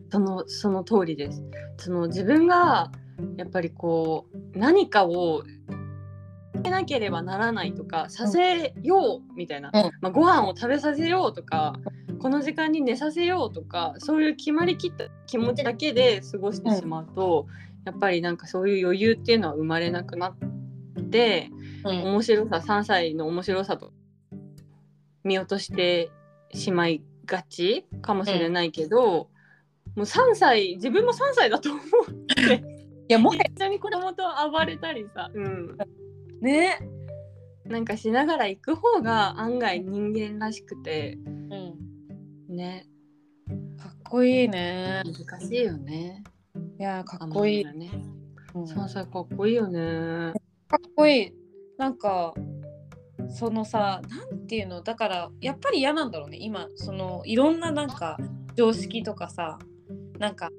B: う。その、その通りです。その自分が、やっぱりこう、何かを、しなければならないとか、させようみたいな、
A: うん
B: まあ、ご飯を食べさせようとか、この時間に寝させようとか、そういう決まりきった気持ちだけで過ごしてしまうと、やっぱりなんかそういう余裕っていうのは生まれなくなって、
A: うん
B: 面白さ3歳の面白さと見落としてしまいがちかもしれないけど、もう3歳自分も3歳だと思う
A: いやもはや
B: 一緒に子供と暴れたりさ、うん、
A: ね、
B: なんかしながら行く方が案外人間らしくて
A: うん、
B: ね
A: かっこいいね
B: 難しいよね
A: いやかっこいい、
B: 甘いよね
A: うん
B: 3歳かっこいいよね
A: かっこいいなんかそのさなんていうのだからやっぱり嫌なんだろうね今そのいろんななんか常識とかさなんか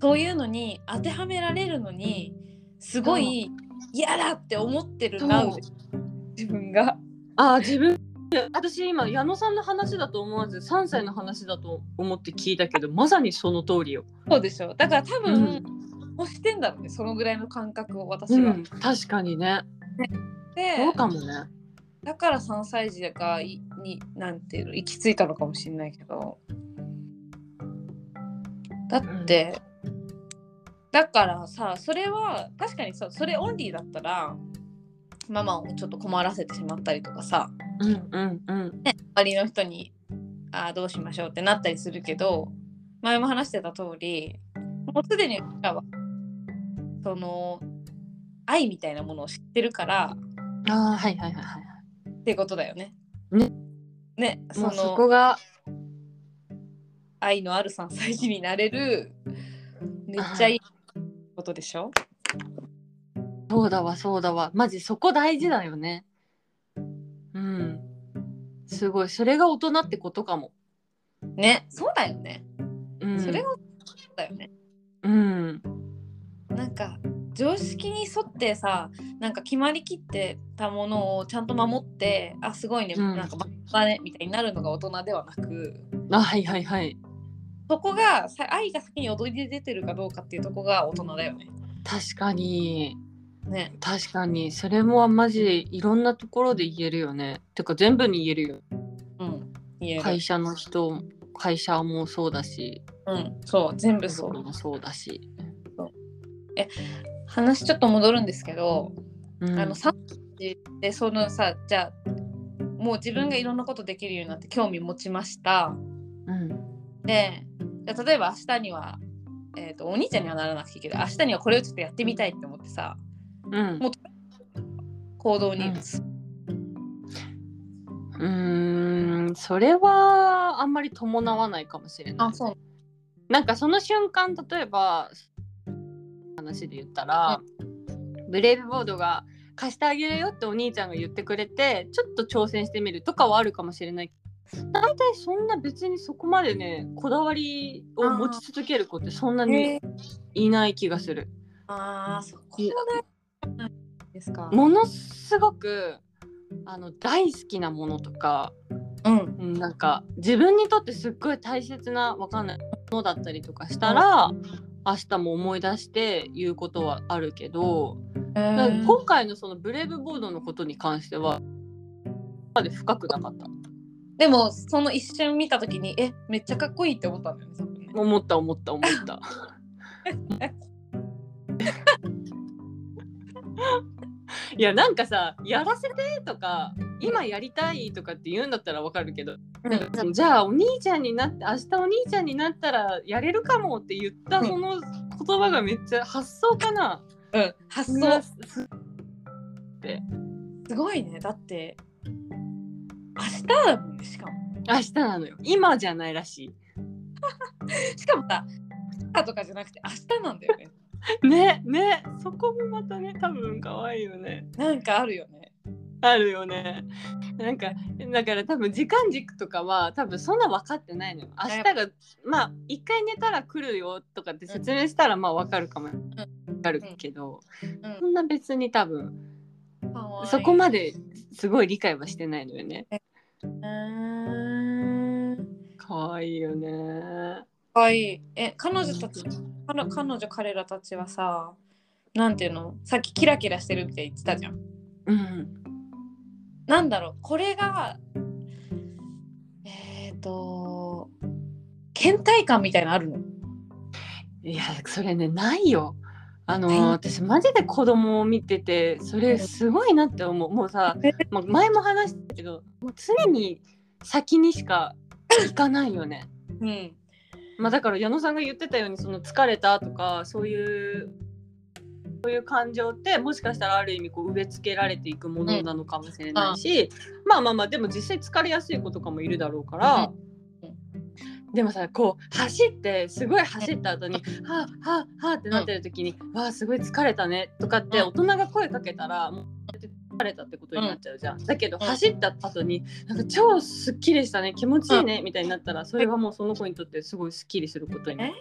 A: そういうのに当てはめられるのにすごい嫌だって思ってるな
B: そう
A: 自分が
B: あー自分私今矢野さんの話だと思わず3歳の話だと思って聞いたけどまさにその通りよ。
A: そうでしょだから多分、
B: う
A: 欲してんだろうねそのぐらいの感覚を私
B: う
A: は。
B: ん、確かにね。
A: で
B: そうかもね。
A: だから3歳児がいになんていうの行き着いたのかもしれないけどだって、だからさそれは確かにそうそれオンリーだったらママをちょっと困らせてしまったりとかさ
B: うんうんうん。
A: 周りの人にあーどうしましょうってなったりするけど前も話してた通りもうすでにうちらはその愛みたいなものを知ってるから
B: ああはいはいはいは
A: ってことだよね。
B: ね
A: ね
B: い。
A: そ
B: も
A: の
B: うそこが
A: 愛のある3歳児になれるめっちゃいいことでしょ
B: そうだわそうだわ。マジそこ大事だよね。うん。すごいそれが大人ってことかも。
A: ねそうだよね、
B: うん。
A: それがそうだよね
B: うん。
A: なんか常識に沿ってさなんか決まりきってたものをちゃんと守ってあすごいね、
B: うん
A: なんかバねみたいになるのが大人ではなく
B: あはいはいはい。
A: そこがさ愛が先に踊り出てるかどうかっていうとこが大人だよね
B: 確かに
A: ね
B: 確かにそれもマジいろんなところで言えるよね。てか全部に言えるよ。
A: うん言える、
B: 会社の人会社もそうだし
A: うんそう全部
B: 家
A: そ
B: 族
A: う
B: もそうだし。
A: 話ちょっと戻るんですけど
B: うん、
A: あの3時でそのさじゃあもう自分がいろんなことできるようになって興味持ちました
B: うん
A: でじゃあ例えば明日にはえー、とお兄ちゃんにはならなくていいけど明日にはこれをちょっとやってみたいって思ってさ
B: うん
A: も行動に移す、
B: うーんそれはあんまり伴わないかもしれない
A: あそう
B: なんかその瞬間例えば話で言ったら、ブレイブボードが貸してあげるよってお兄ちゃんが言ってくれてちょっと挑戦してみるとかはあるかもしれない大体そんな別にそこまでねこだわりを持ち続ける子ってそんなに
A: えー
B: いない気がする。
A: あーそこが大事ですか
B: ものすごくあの大好きなものとか
A: うん
B: うんなんか自分にとってすっごい大切なわかんないものだったりとかしたら、明日も思い出して言うことはあるけど、
A: え
B: なん
A: ー
B: か今回のそのブレイブボードのことに関してはまで深くなかった
A: でもその一瞬見た時にえめっちゃかっこいいって思ったんだよね多分ね
B: 思った思った思ったいやなんかさ「やらせて」とか「今やりたい」とかって言うんだったらわかるけどじゃあお兄ちゃんになって明日お兄ちゃんになったらやれるかもって言った
A: うん
B: その言葉がめっちゃ発想かな。
A: うん発
B: うわ
A: 想
B: す
A: すごいねだって明日だもんねしかも
B: 明日なのよ。今じゃないら し
A: しかもさ明日とかじゃなくて明日なんだよ ね
B: い。ねねそこもまたね多分可愛いよね。
A: なんかあるよね
B: あるよね。なんかだから多分時間軸とかは多分そんな分かってないのよ。明日がまあ一回寝たら来るよとかって説明したらまあ分かるかも。分かるけど、
A: うん
B: そんな別に多分
A: かわいい
B: そこまですごい理解はしてないのよね。
A: うーん
B: 可愛いよね。
A: かわいいえ彼女たち彼女彼女彼らたちはさなんていうのさっきキラキラしてるみたいに言ってたじゃん
B: うん。
A: なんだろうこれがえっ、ー、と倦怠感みたいなのあるの
B: いや、それね、ないよ。あのー
A: ない
B: 私マジで子供を見ててそれすごいなって思うもうさ、ま、前も話したけどもう常に先にしか行かないよね、
A: うん
B: まあ、だから矢野さんが言ってたようにその疲れたとかそういうそういう感情ってもしかしたらある意味こう植え付けられていくものなのかもしれないし、まあまあまあでも実際疲れやすい子とかもいるだろうから、でもさこう走ってすごい走った後に「はあはあはあ」ってなってる時に「わあすごい疲れたね」とかって
A: うん
B: 大人が声かけたらもう疲れたってことになっちゃうじゃん。だけど
A: うん
B: 走った後に「なんか超すっきりしたね気持ちいいね」みたいになったらそれはもうその子にとってすごいすっきりすることになる。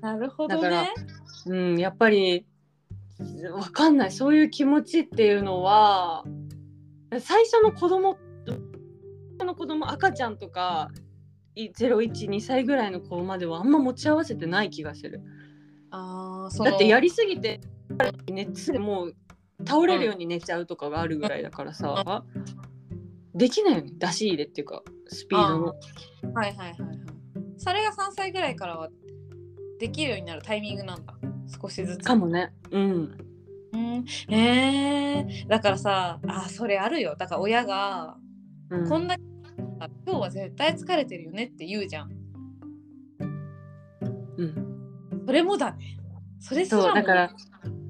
A: なるほ
B: ど
A: ど
B: ね
A: ね
B: うん、やっぱりわかんないそういう気持ちっていうのは最初の子供最初の子供赤ちゃんとか012歳ぐらいの子まではあんま持ち合わせてない気がする
A: あーその
B: だってやりすぎて熱でもう倒れるように寝ちゃうとかがあるぐらいだからさ、できないよね出し入れっていうかスピードの
A: はいはいはいはいそれが3歳ぐらいからはできるようになるタイミングなんだ少しずつ
B: かもねうん
A: うんえー、だからさあそれあるよだから親が
B: うん
A: こんだけあ今日は絶対疲れてるよねって言うじゃん
B: うん
A: それもだねそれすら
B: そう
A: も
B: だから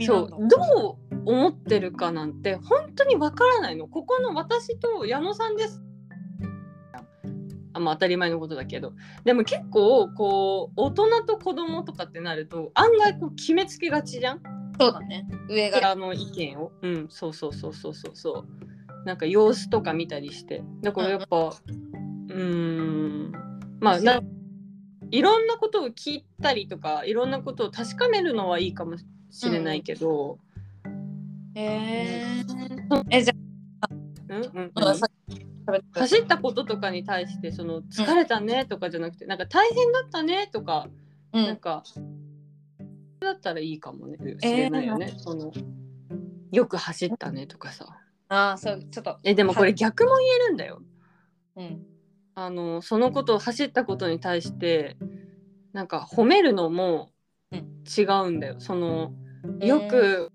B: そう
A: なんだ
B: どう思ってるかなんて本当にわからないのここの私と矢野さんですあまあ当たり前のことだけどでも結構こう大人と子供とかってなると案外こう決めつけがちじゃん
A: そうだね上が
B: あの意見をうんそうそうそうそうそうそうなんか様子とか見たりしてだからやっぱうーんまあないろんなことを聞いたりとかいろんなことを確かめるのはいいかもしれないけど、
A: えー、えじゃ
B: うんうん
A: あ、さっき喋ってた
B: 走ったこととかに対してその疲れたねとかじゃなくて、なんか大変だったねとか、
A: う
B: なん
A: ん、
B: かだったらいいかもねしれないよね、そのよく走ったねとかさ
A: ああそうちょっと、
B: えでもこれ逆も言えるんだよ
A: うん、
B: あのそのことを走ったことに対してなんか褒めるのも違うんだよそのよく、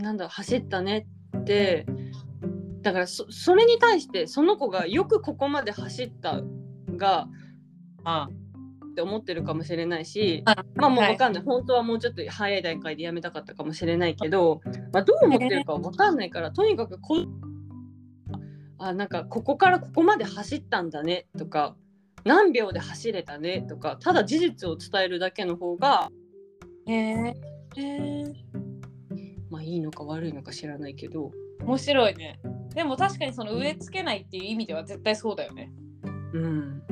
B: なんだ走ったねってだからそそれに対してその子がよくここまで走ったが
A: あ
B: って思ってるかもしれないし
A: あ
B: まあもう
A: はい
B: わかんない、本当はもうちょっと早い段階でやめたかったかもしれないけど、まあ、どう思ってるかわかんないからとにかくこあなんかここからここまで走ったんだねとか何秒で走れたねとかただ事実を伝えるだけの方が、
A: へえー
B: まあ、いいのか悪いのか知らないけど、
A: 面白いねでも確かにその植え付けないっていう意味では絶対そうだよね
B: うん、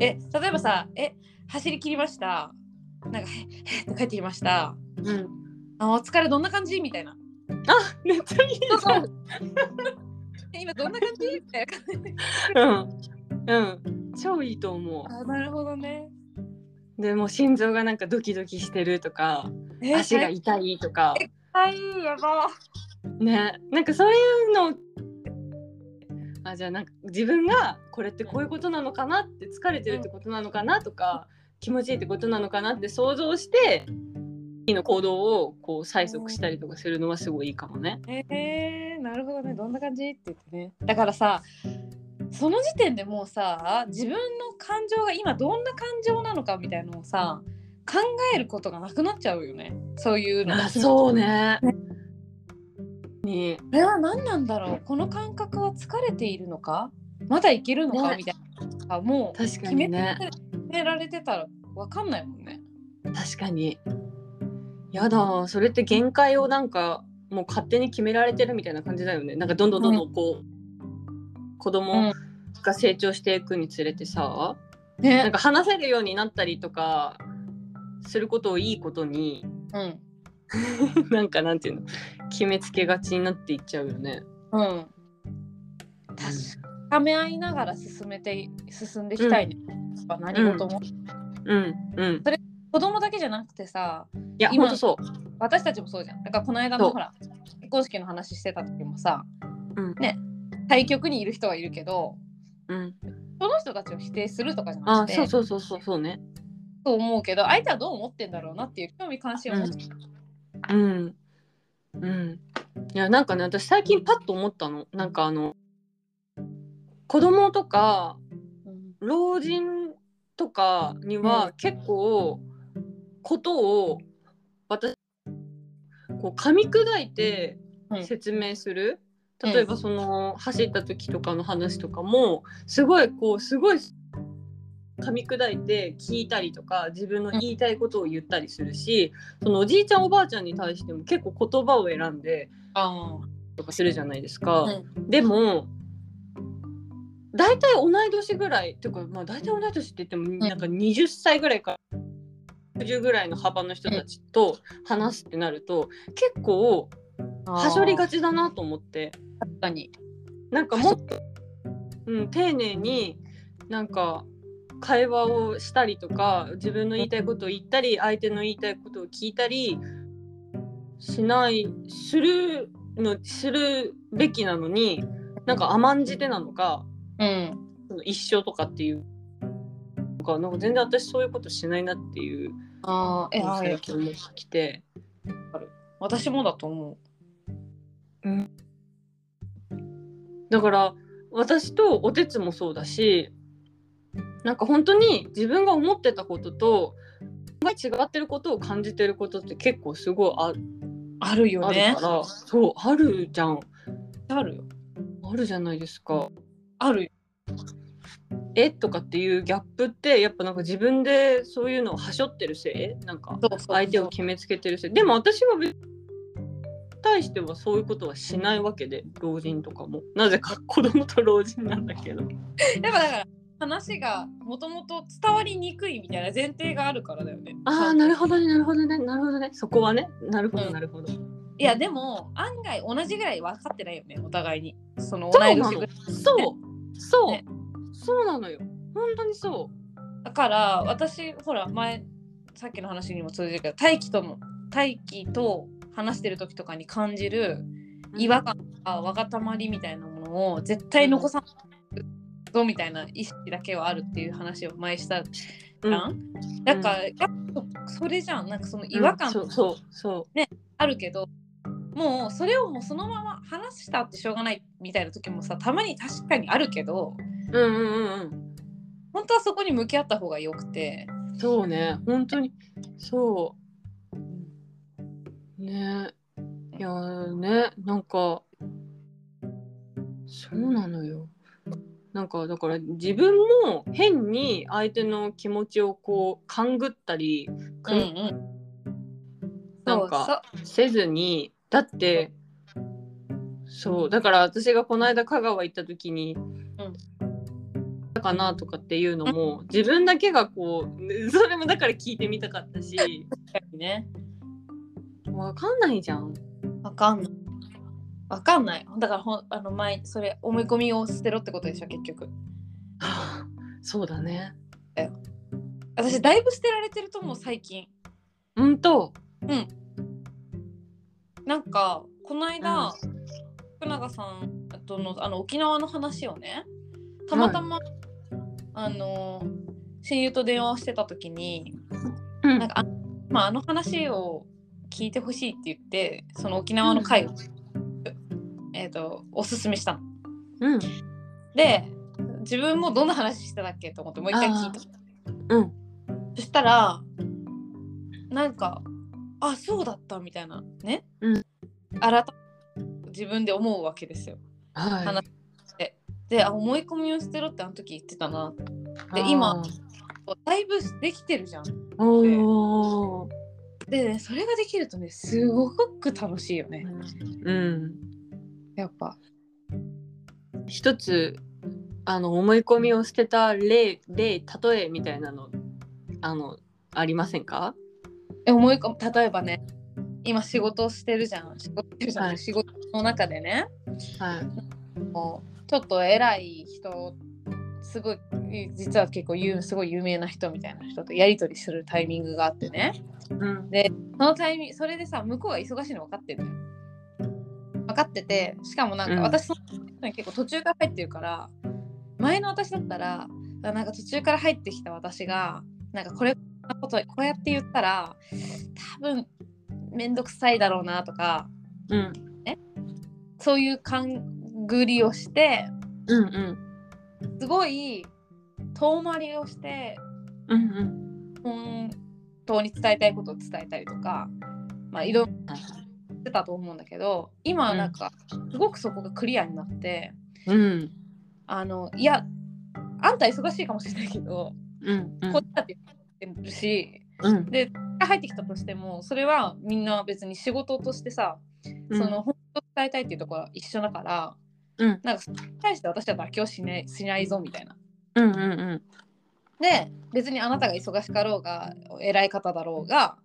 A: え例えばさ「え走り切りました」なんか「へへって帰ってきました」
B: うん、
A: あ「お疲れどんな感じ?」みたいな
B: あめっちゃいい
A: そうそう。 え今どんな感じみたいな感じ。
B: うん、うん、超いいと思
A: あ、なるほどね。
B: うでもう心臓がなんかドキドキしてるとか
A: え
B: 足が痛いとか
A: はい、やば。
B: ねなんかそういうのをあじゃあなんか自分がこれってこういうことなのかなって疲れてるってことなのかなとか気持ちいいってことなのかなって想像して次の行動をこう催促したりとかするのはすごいいいかもね。
A: えー、なるほどね。どんな感じって言ってね。だからさ、その時点でもうさ、自分の感情が今どんな感情なのかみたいなのをさ、考えることがなくなっちゃうよね。そういうの。
B: あそうね。ね
A: これは何なんだろう。この感覚は疲れているのか、まだいけるのか、
B: ね
A: みたいな。あ、もう
B: 確か
A: 決
B: に
A: め,、
B: ね。
A: 決められてたらわかんないもんね。
B: 確かに。やだそれって限界をなんかもう勝手に決められてるみたいな感じだよね。なんかどんどんどんどんこう、子供が成長していくにつれてさ、
A: ね
B: なんか話せるようになったりとかすることをいいこと に
A: うん。
B: なんかなんていうの決めつけがちになっていっちゃうよね。
A: うん。高め合いながら進めて進んでいきたいね。やっぱ何事も、
B: うんうん。
A: 子供だけじゃなくてさ、
B: いや
A: 今
B: 本当そ
A: 私たちもそうじゃん。だからこの間
B: そ
A: の
B: う
A: ほら結婚式の話してた時もさ、
B: うん
A: ね対局にいる人はいるけど、
B: う。うん。
A: その人たちを否定するとかじゃな
B: あ
A: くて、
B: そうそうそうそうそうね。
A: と思うけど、相手はどう思ってんだろうなっていう興味関心を持って、
B: うん。うん。いや、なんかね、私最近パッと思ったの。なんかあの、子供とか
A: うん
B: 老人とかには結構、ことを私、こう噛み砕いて
A: うん
B: 説明する。
A: うん
B: 例えばその走った時とかの話とかもすごいこうすごい噛み砕いて聞いたりとか自分の言いたいことを言ったりするしそのおじいちゃんおばあちゃんに対しても結構言葉を選んで
A: あ
B: とかするじゃないですか、
A: ー
B: でも大体同い年ぐらいとかまあ大体同い年って言ってもなんか20歳ぐらいから60ぐらいの幅の人たちと話すってなると結構
A: あー
B: はしょりがちだなと思って。
A: 確かに。
B: なんかもっと、うん、丁寧になんか会話をしたりとか自分の言いたいことを言ったり相手の言いたいことを聞いたりしないするのするべきなのになんか甘んじてなのか
A: うん。
B: その一生とかっていうのかなんか全然私そういうことしないなっていう
A: あーえ
B: のを
A: あ
B: 最
A: る
B: 近思ってきて
A: 私もだと思う。
B: だから私とおてつもそうだしなんか本当に自分が思ってたこととが違ってることを感じてることって結構すごいあ
A: あるよ
B: あ
A: ね
B: るか。ら、そうあるじゃん
A: あるよ。
B: あるじゃないですか。
A: あるよ。
B: えとかっていうギャップってやっぱなんか自分でそういうのをはしょってるせいなんか
A: そうそうそう
B: 相手を決めつけてるせいでも私は別に対してはそういうことはしないわけで老人とかもなぜか子供と老人なんだけど。
A: やっぱだから話がもともと伝わりにくいみたいな前提があるからだよね。
B: ああ、なるほどね、なるほどね、なるほどね。そこはね、なるほ
A: う
B: ど、
A: ん
B: なるほど。
A: いやでも案外同じぐらい分かってないよねお互いに。その
B: そう
A: 同
B: ないの
A: 年ぐらい。
B: そう、そう
A: ね、
B: そうなのよ。本当にそ
A: だから私ほら前さっきの話にも通じるけど大気とも大気と話してる時とかに感じる
B: う。
A: 違和感とかわがたまりみたいなものを絶対残さないぞみたいな意識だけはあるっていう話を前したじ
B: うん
A: ゃん。だから、やっぱそれじゃんなんかその違和感
B: うんそう、そう、そ
A: あるけどもうそれをもうそのまま話したってしょうがないみたいな時もさたまに確かにあるけど
B: う。うんうんうん
A: 本当はそこに向き合った方がよくて
B: そうね本当にそうねいやーねなんかそうなのよなんかだから自分も変に相手の気持ちをこう勘ぐったり
A: うんうん
B: なんかせずにだってそうだから私がこの間香川行った時に、だかなとかっていうのも自分だけがこう それもだから聞いてみたかったし
A: そうそうね
B: わかんないじゃん
A: わかんないわかんないだからほんあの前それ思い込みを捨てろってことでしょ結局
B: はあそうだね。
A: 私だいぶ捨てられてると思う最近
B: うんと。
A: なんかこの間、福永さんとのあの沖縄の話をねたまたま、あの親友と電話をしてた時に
B: うん
A: なんかあ,、まあ、あの話を聞いてほしいって言ってその沖縄の会を、えー、とおすすめしたの。
B: うん。
A: で自分もどんな話してたっけと思ってもう一回聞いた
B: うん。
A: そしたらなんか「あそうだった」みたいなね、
B: うん
A: 改めて自分で思うわけですよ。
B: は
A: 話であ思い込みを捨てろってあの時言ってたなって
B: い。
A: で今。だいぶできてるじゃん。
B: おお。
A: で、ね、それができるとねすごく楽しいよね
B: うん。
A: やっぱ。
B: 一つ。あの思い込みを捨てた例、例、例えみたいなの。あの。ありませんか。
A: え思い込む例えばね今仕事をしてるじゃん仕事してるじゃん、
B: はい
A: 仕事の中でね
B: はい。
A: もうちょっと偉い人すごい実は結構有すごい有名な人みたいな人とやり取りするタイミングがあってね
B: うん。
A: そのタイミングそれでさ向こうが忙しいの分かってるのよ分かっててしかもなんか、
B: うん
A: 私その人に結構途中から入ってるから前の私だったらあなんか途中から入ってきた私がなんかこれこんなことこうやって言ったら多分めんどくさいだろうなとか
B: うん。
A: そういう勘ぐりをして
B: うん。うん。
A: すごい遠回りをして
B: うん。うん。
A: 本当に伝えたいことを伝えたりとかまあいろいろってたと思うんだけど今はなんかすごくそこがクリアになって、
B: うん。
A: あのいやあんた忙しいかもしれないけど、
B: うん。
A: こっちだって言ってるし
B: うん。
A: 入ってきたとしてもそれはみんな別に仕事としてさ、その。本当に伝えたいっていうところは一緒だから
B: うん。
A: なんかそれに対して私は妥協しないしないぞみたいな。
B: うん。うん。
A: で別にあなたが忙しかろうが偉い方だろうが、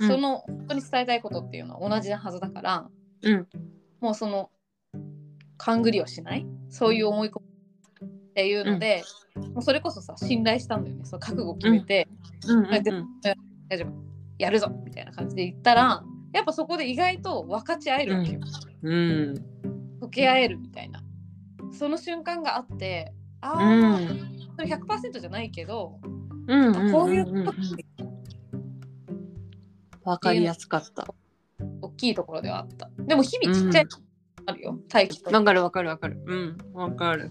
B: うん
A: その本当に伝えたいことっていうのは同じなはずだから。
B: うん。
A: もうその勘ぐりをしないそういう思い込みっていうので、もうそれこそさ信頼したんだよねそう覚悟決めて、
B: うん。
A: 大丈夫やるぞみたいな感じで言ったらやっぱそこで意外と分かち合えるわけよ、
B: うん。
A: 溶け合えるみたいなその瞬間があってああ、
B: うん。
A: それ100%じゃないけど、
B: うん。
A: あこういう
B: こと
A: こ
B: と。わかりやすかった。
A: 大きいところではあったでも日々ちっちゃいことあるよ、待機とか
B: わかるわかるわかる。うん、わかる。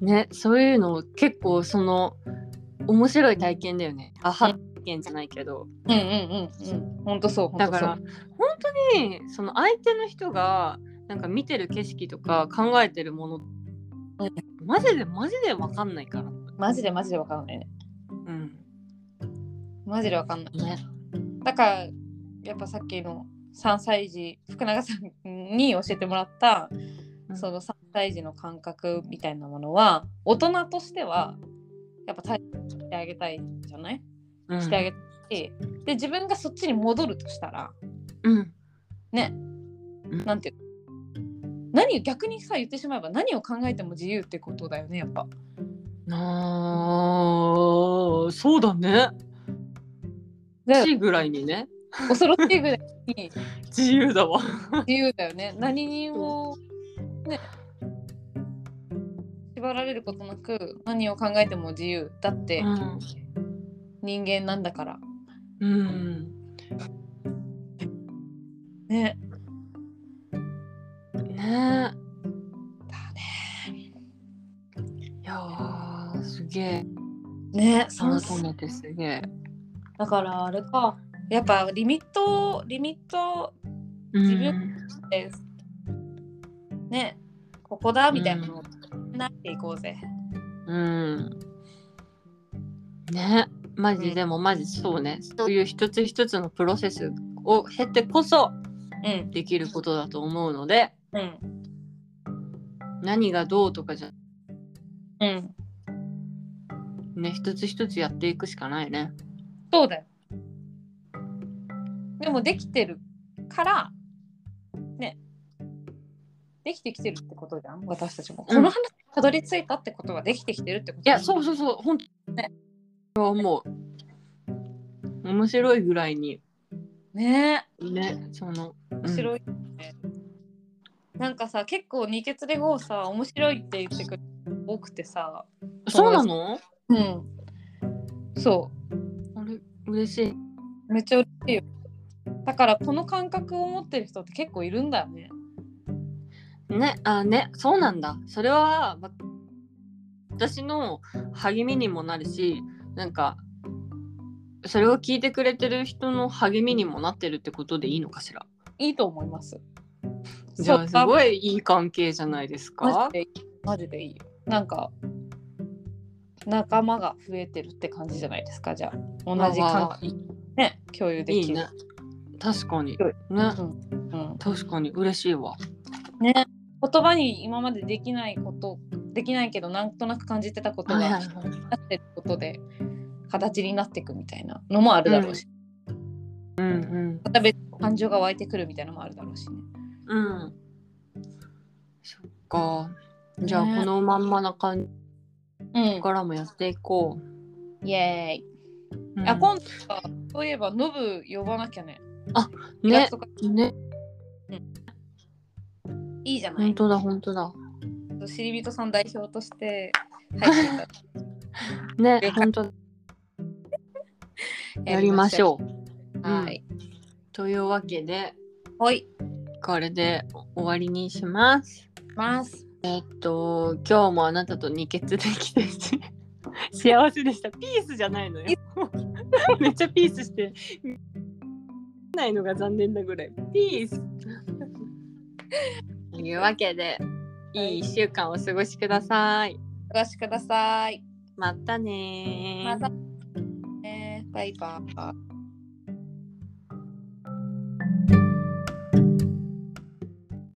B: ね、そういうの結構その面白い体験だよね。あは体験じゃないけど。
A: うんうんうんうんほんとそうほんと
B: だ
A: そう
B: から本当にその相手の人がなんか見てる景色とか考えてるもの、マジでマジでわかんないから。
A: マジでマジで分かんないね
B: うん。
A: マジで分かんない
B: ね。
A: だからやっぱさっきの3歳児福永さんに教えてもらった、
B: うん
A: その3歳児の感覚みたいなものは大人としてはやっぱ対応してあげたいじゃない、
B: うん
A: してあげたいしで自分がそっちに戻るとしたら
B: うん。
A: ね、
B: うん
A: なんていうの何逆にさ言ってしまえば何を考えても自由ってことだよねやっぱ
B: ああ、そうだね。
A: だよ
B: 1ぐらいにね。
A: 恐ろしいぐらい に
B: 自由だわ。
A: 自由だよね何にもね縛られることなく何を考えても自由だって
B: うん
A: 人間なんだから、
B: うん。ね
A: ねだね
B: えいやーすげえ
A: うねそう
B: 改めてすげえ。
A: だからあれかやっぱリミットをリミット
B: 自
A: 分ってねここだみたいなのをなっていこうぜ、
B: うん。ね、マジ、
A: うん
B: でもマジそうね。そういう一つ一つのプロセスを経てこそ
A: うん
B: できることだと思うので、
A: うん
B: 何がどうとかじゃ
A: うん
B: ね、一つ一つやっていくしかないね。
A: そうだよでもできてるからねできてきてるってことじゃん私たちも、
B: うん
A: この話にたどり着いたってことはできてきてるってこと
B: いや、そううそうそう、本当もう面白いぐらいに
A: ね
B: ね、その
A: 面白いよね、なんかさ結構二血で号さ面白いって言ってくる人多くてさ
B: うんそうなの？
A: うんそう
B: あれ嬉しい。
A: めっちゃ嬉しいよだからこの感覚を持ってる人って結構いるんだよね
B: ねあねそうなんだそれはわ私の励みにもなるしなんかそれを聞いてくれてる人の励みにもなってるってことでいいのかしら
A: いいと思います
B: じゃあす
A: い
B: ごいいい関係じゃないですか
A: マジでいいマジでいいよなんか仲間が増えてるって感じじゃないですかじゃあ同じ
B: まあ
A: 感
B: まあい
A: ね共有で
B: い
A: き
B: い
A: る
B: ね確かに
A: う
B: ね
A: うん、
B: 確かに嬉しいわ
A: 言葉に今までできないことできないけどなんとなく感じてたことが
B: はいはい
A: な
B: はい
A: ってることで形になっていくみたいなのもあるだろうし、
B: うん
A: また別の感情が湧いてくるみたいなのもあるだろうしね
B: うんうんそっかじゃあ
A: ね
B: このまんまな感じ
A: うん
B: からもやっていこ
A: イエーイ
B: う、
A: あ今度さそういえばノブ呼ばなきゃね。
B: うん
A: イラ
B: ね
A: ストが
B: ね
A: いいじゃない。
B: 本当だ本当だ
A: シリビトさん代表 として入っていただ
B: ね
A: で、
B: 本当
A: き
B: やりましょう。
A: うはい。
B: というわけで、
A: ほい。
B: これで終わりにします。
A: ます。
B: えっと、今日もあなたと二血できて 幸せでした。ピースじゃないのよ。めっちゃピースして、ないのが残念だぐらい。ピース。というわけで、いい1週間お過ごしください。
A: お越しください。
B: またねー
A: またね。バイバイ。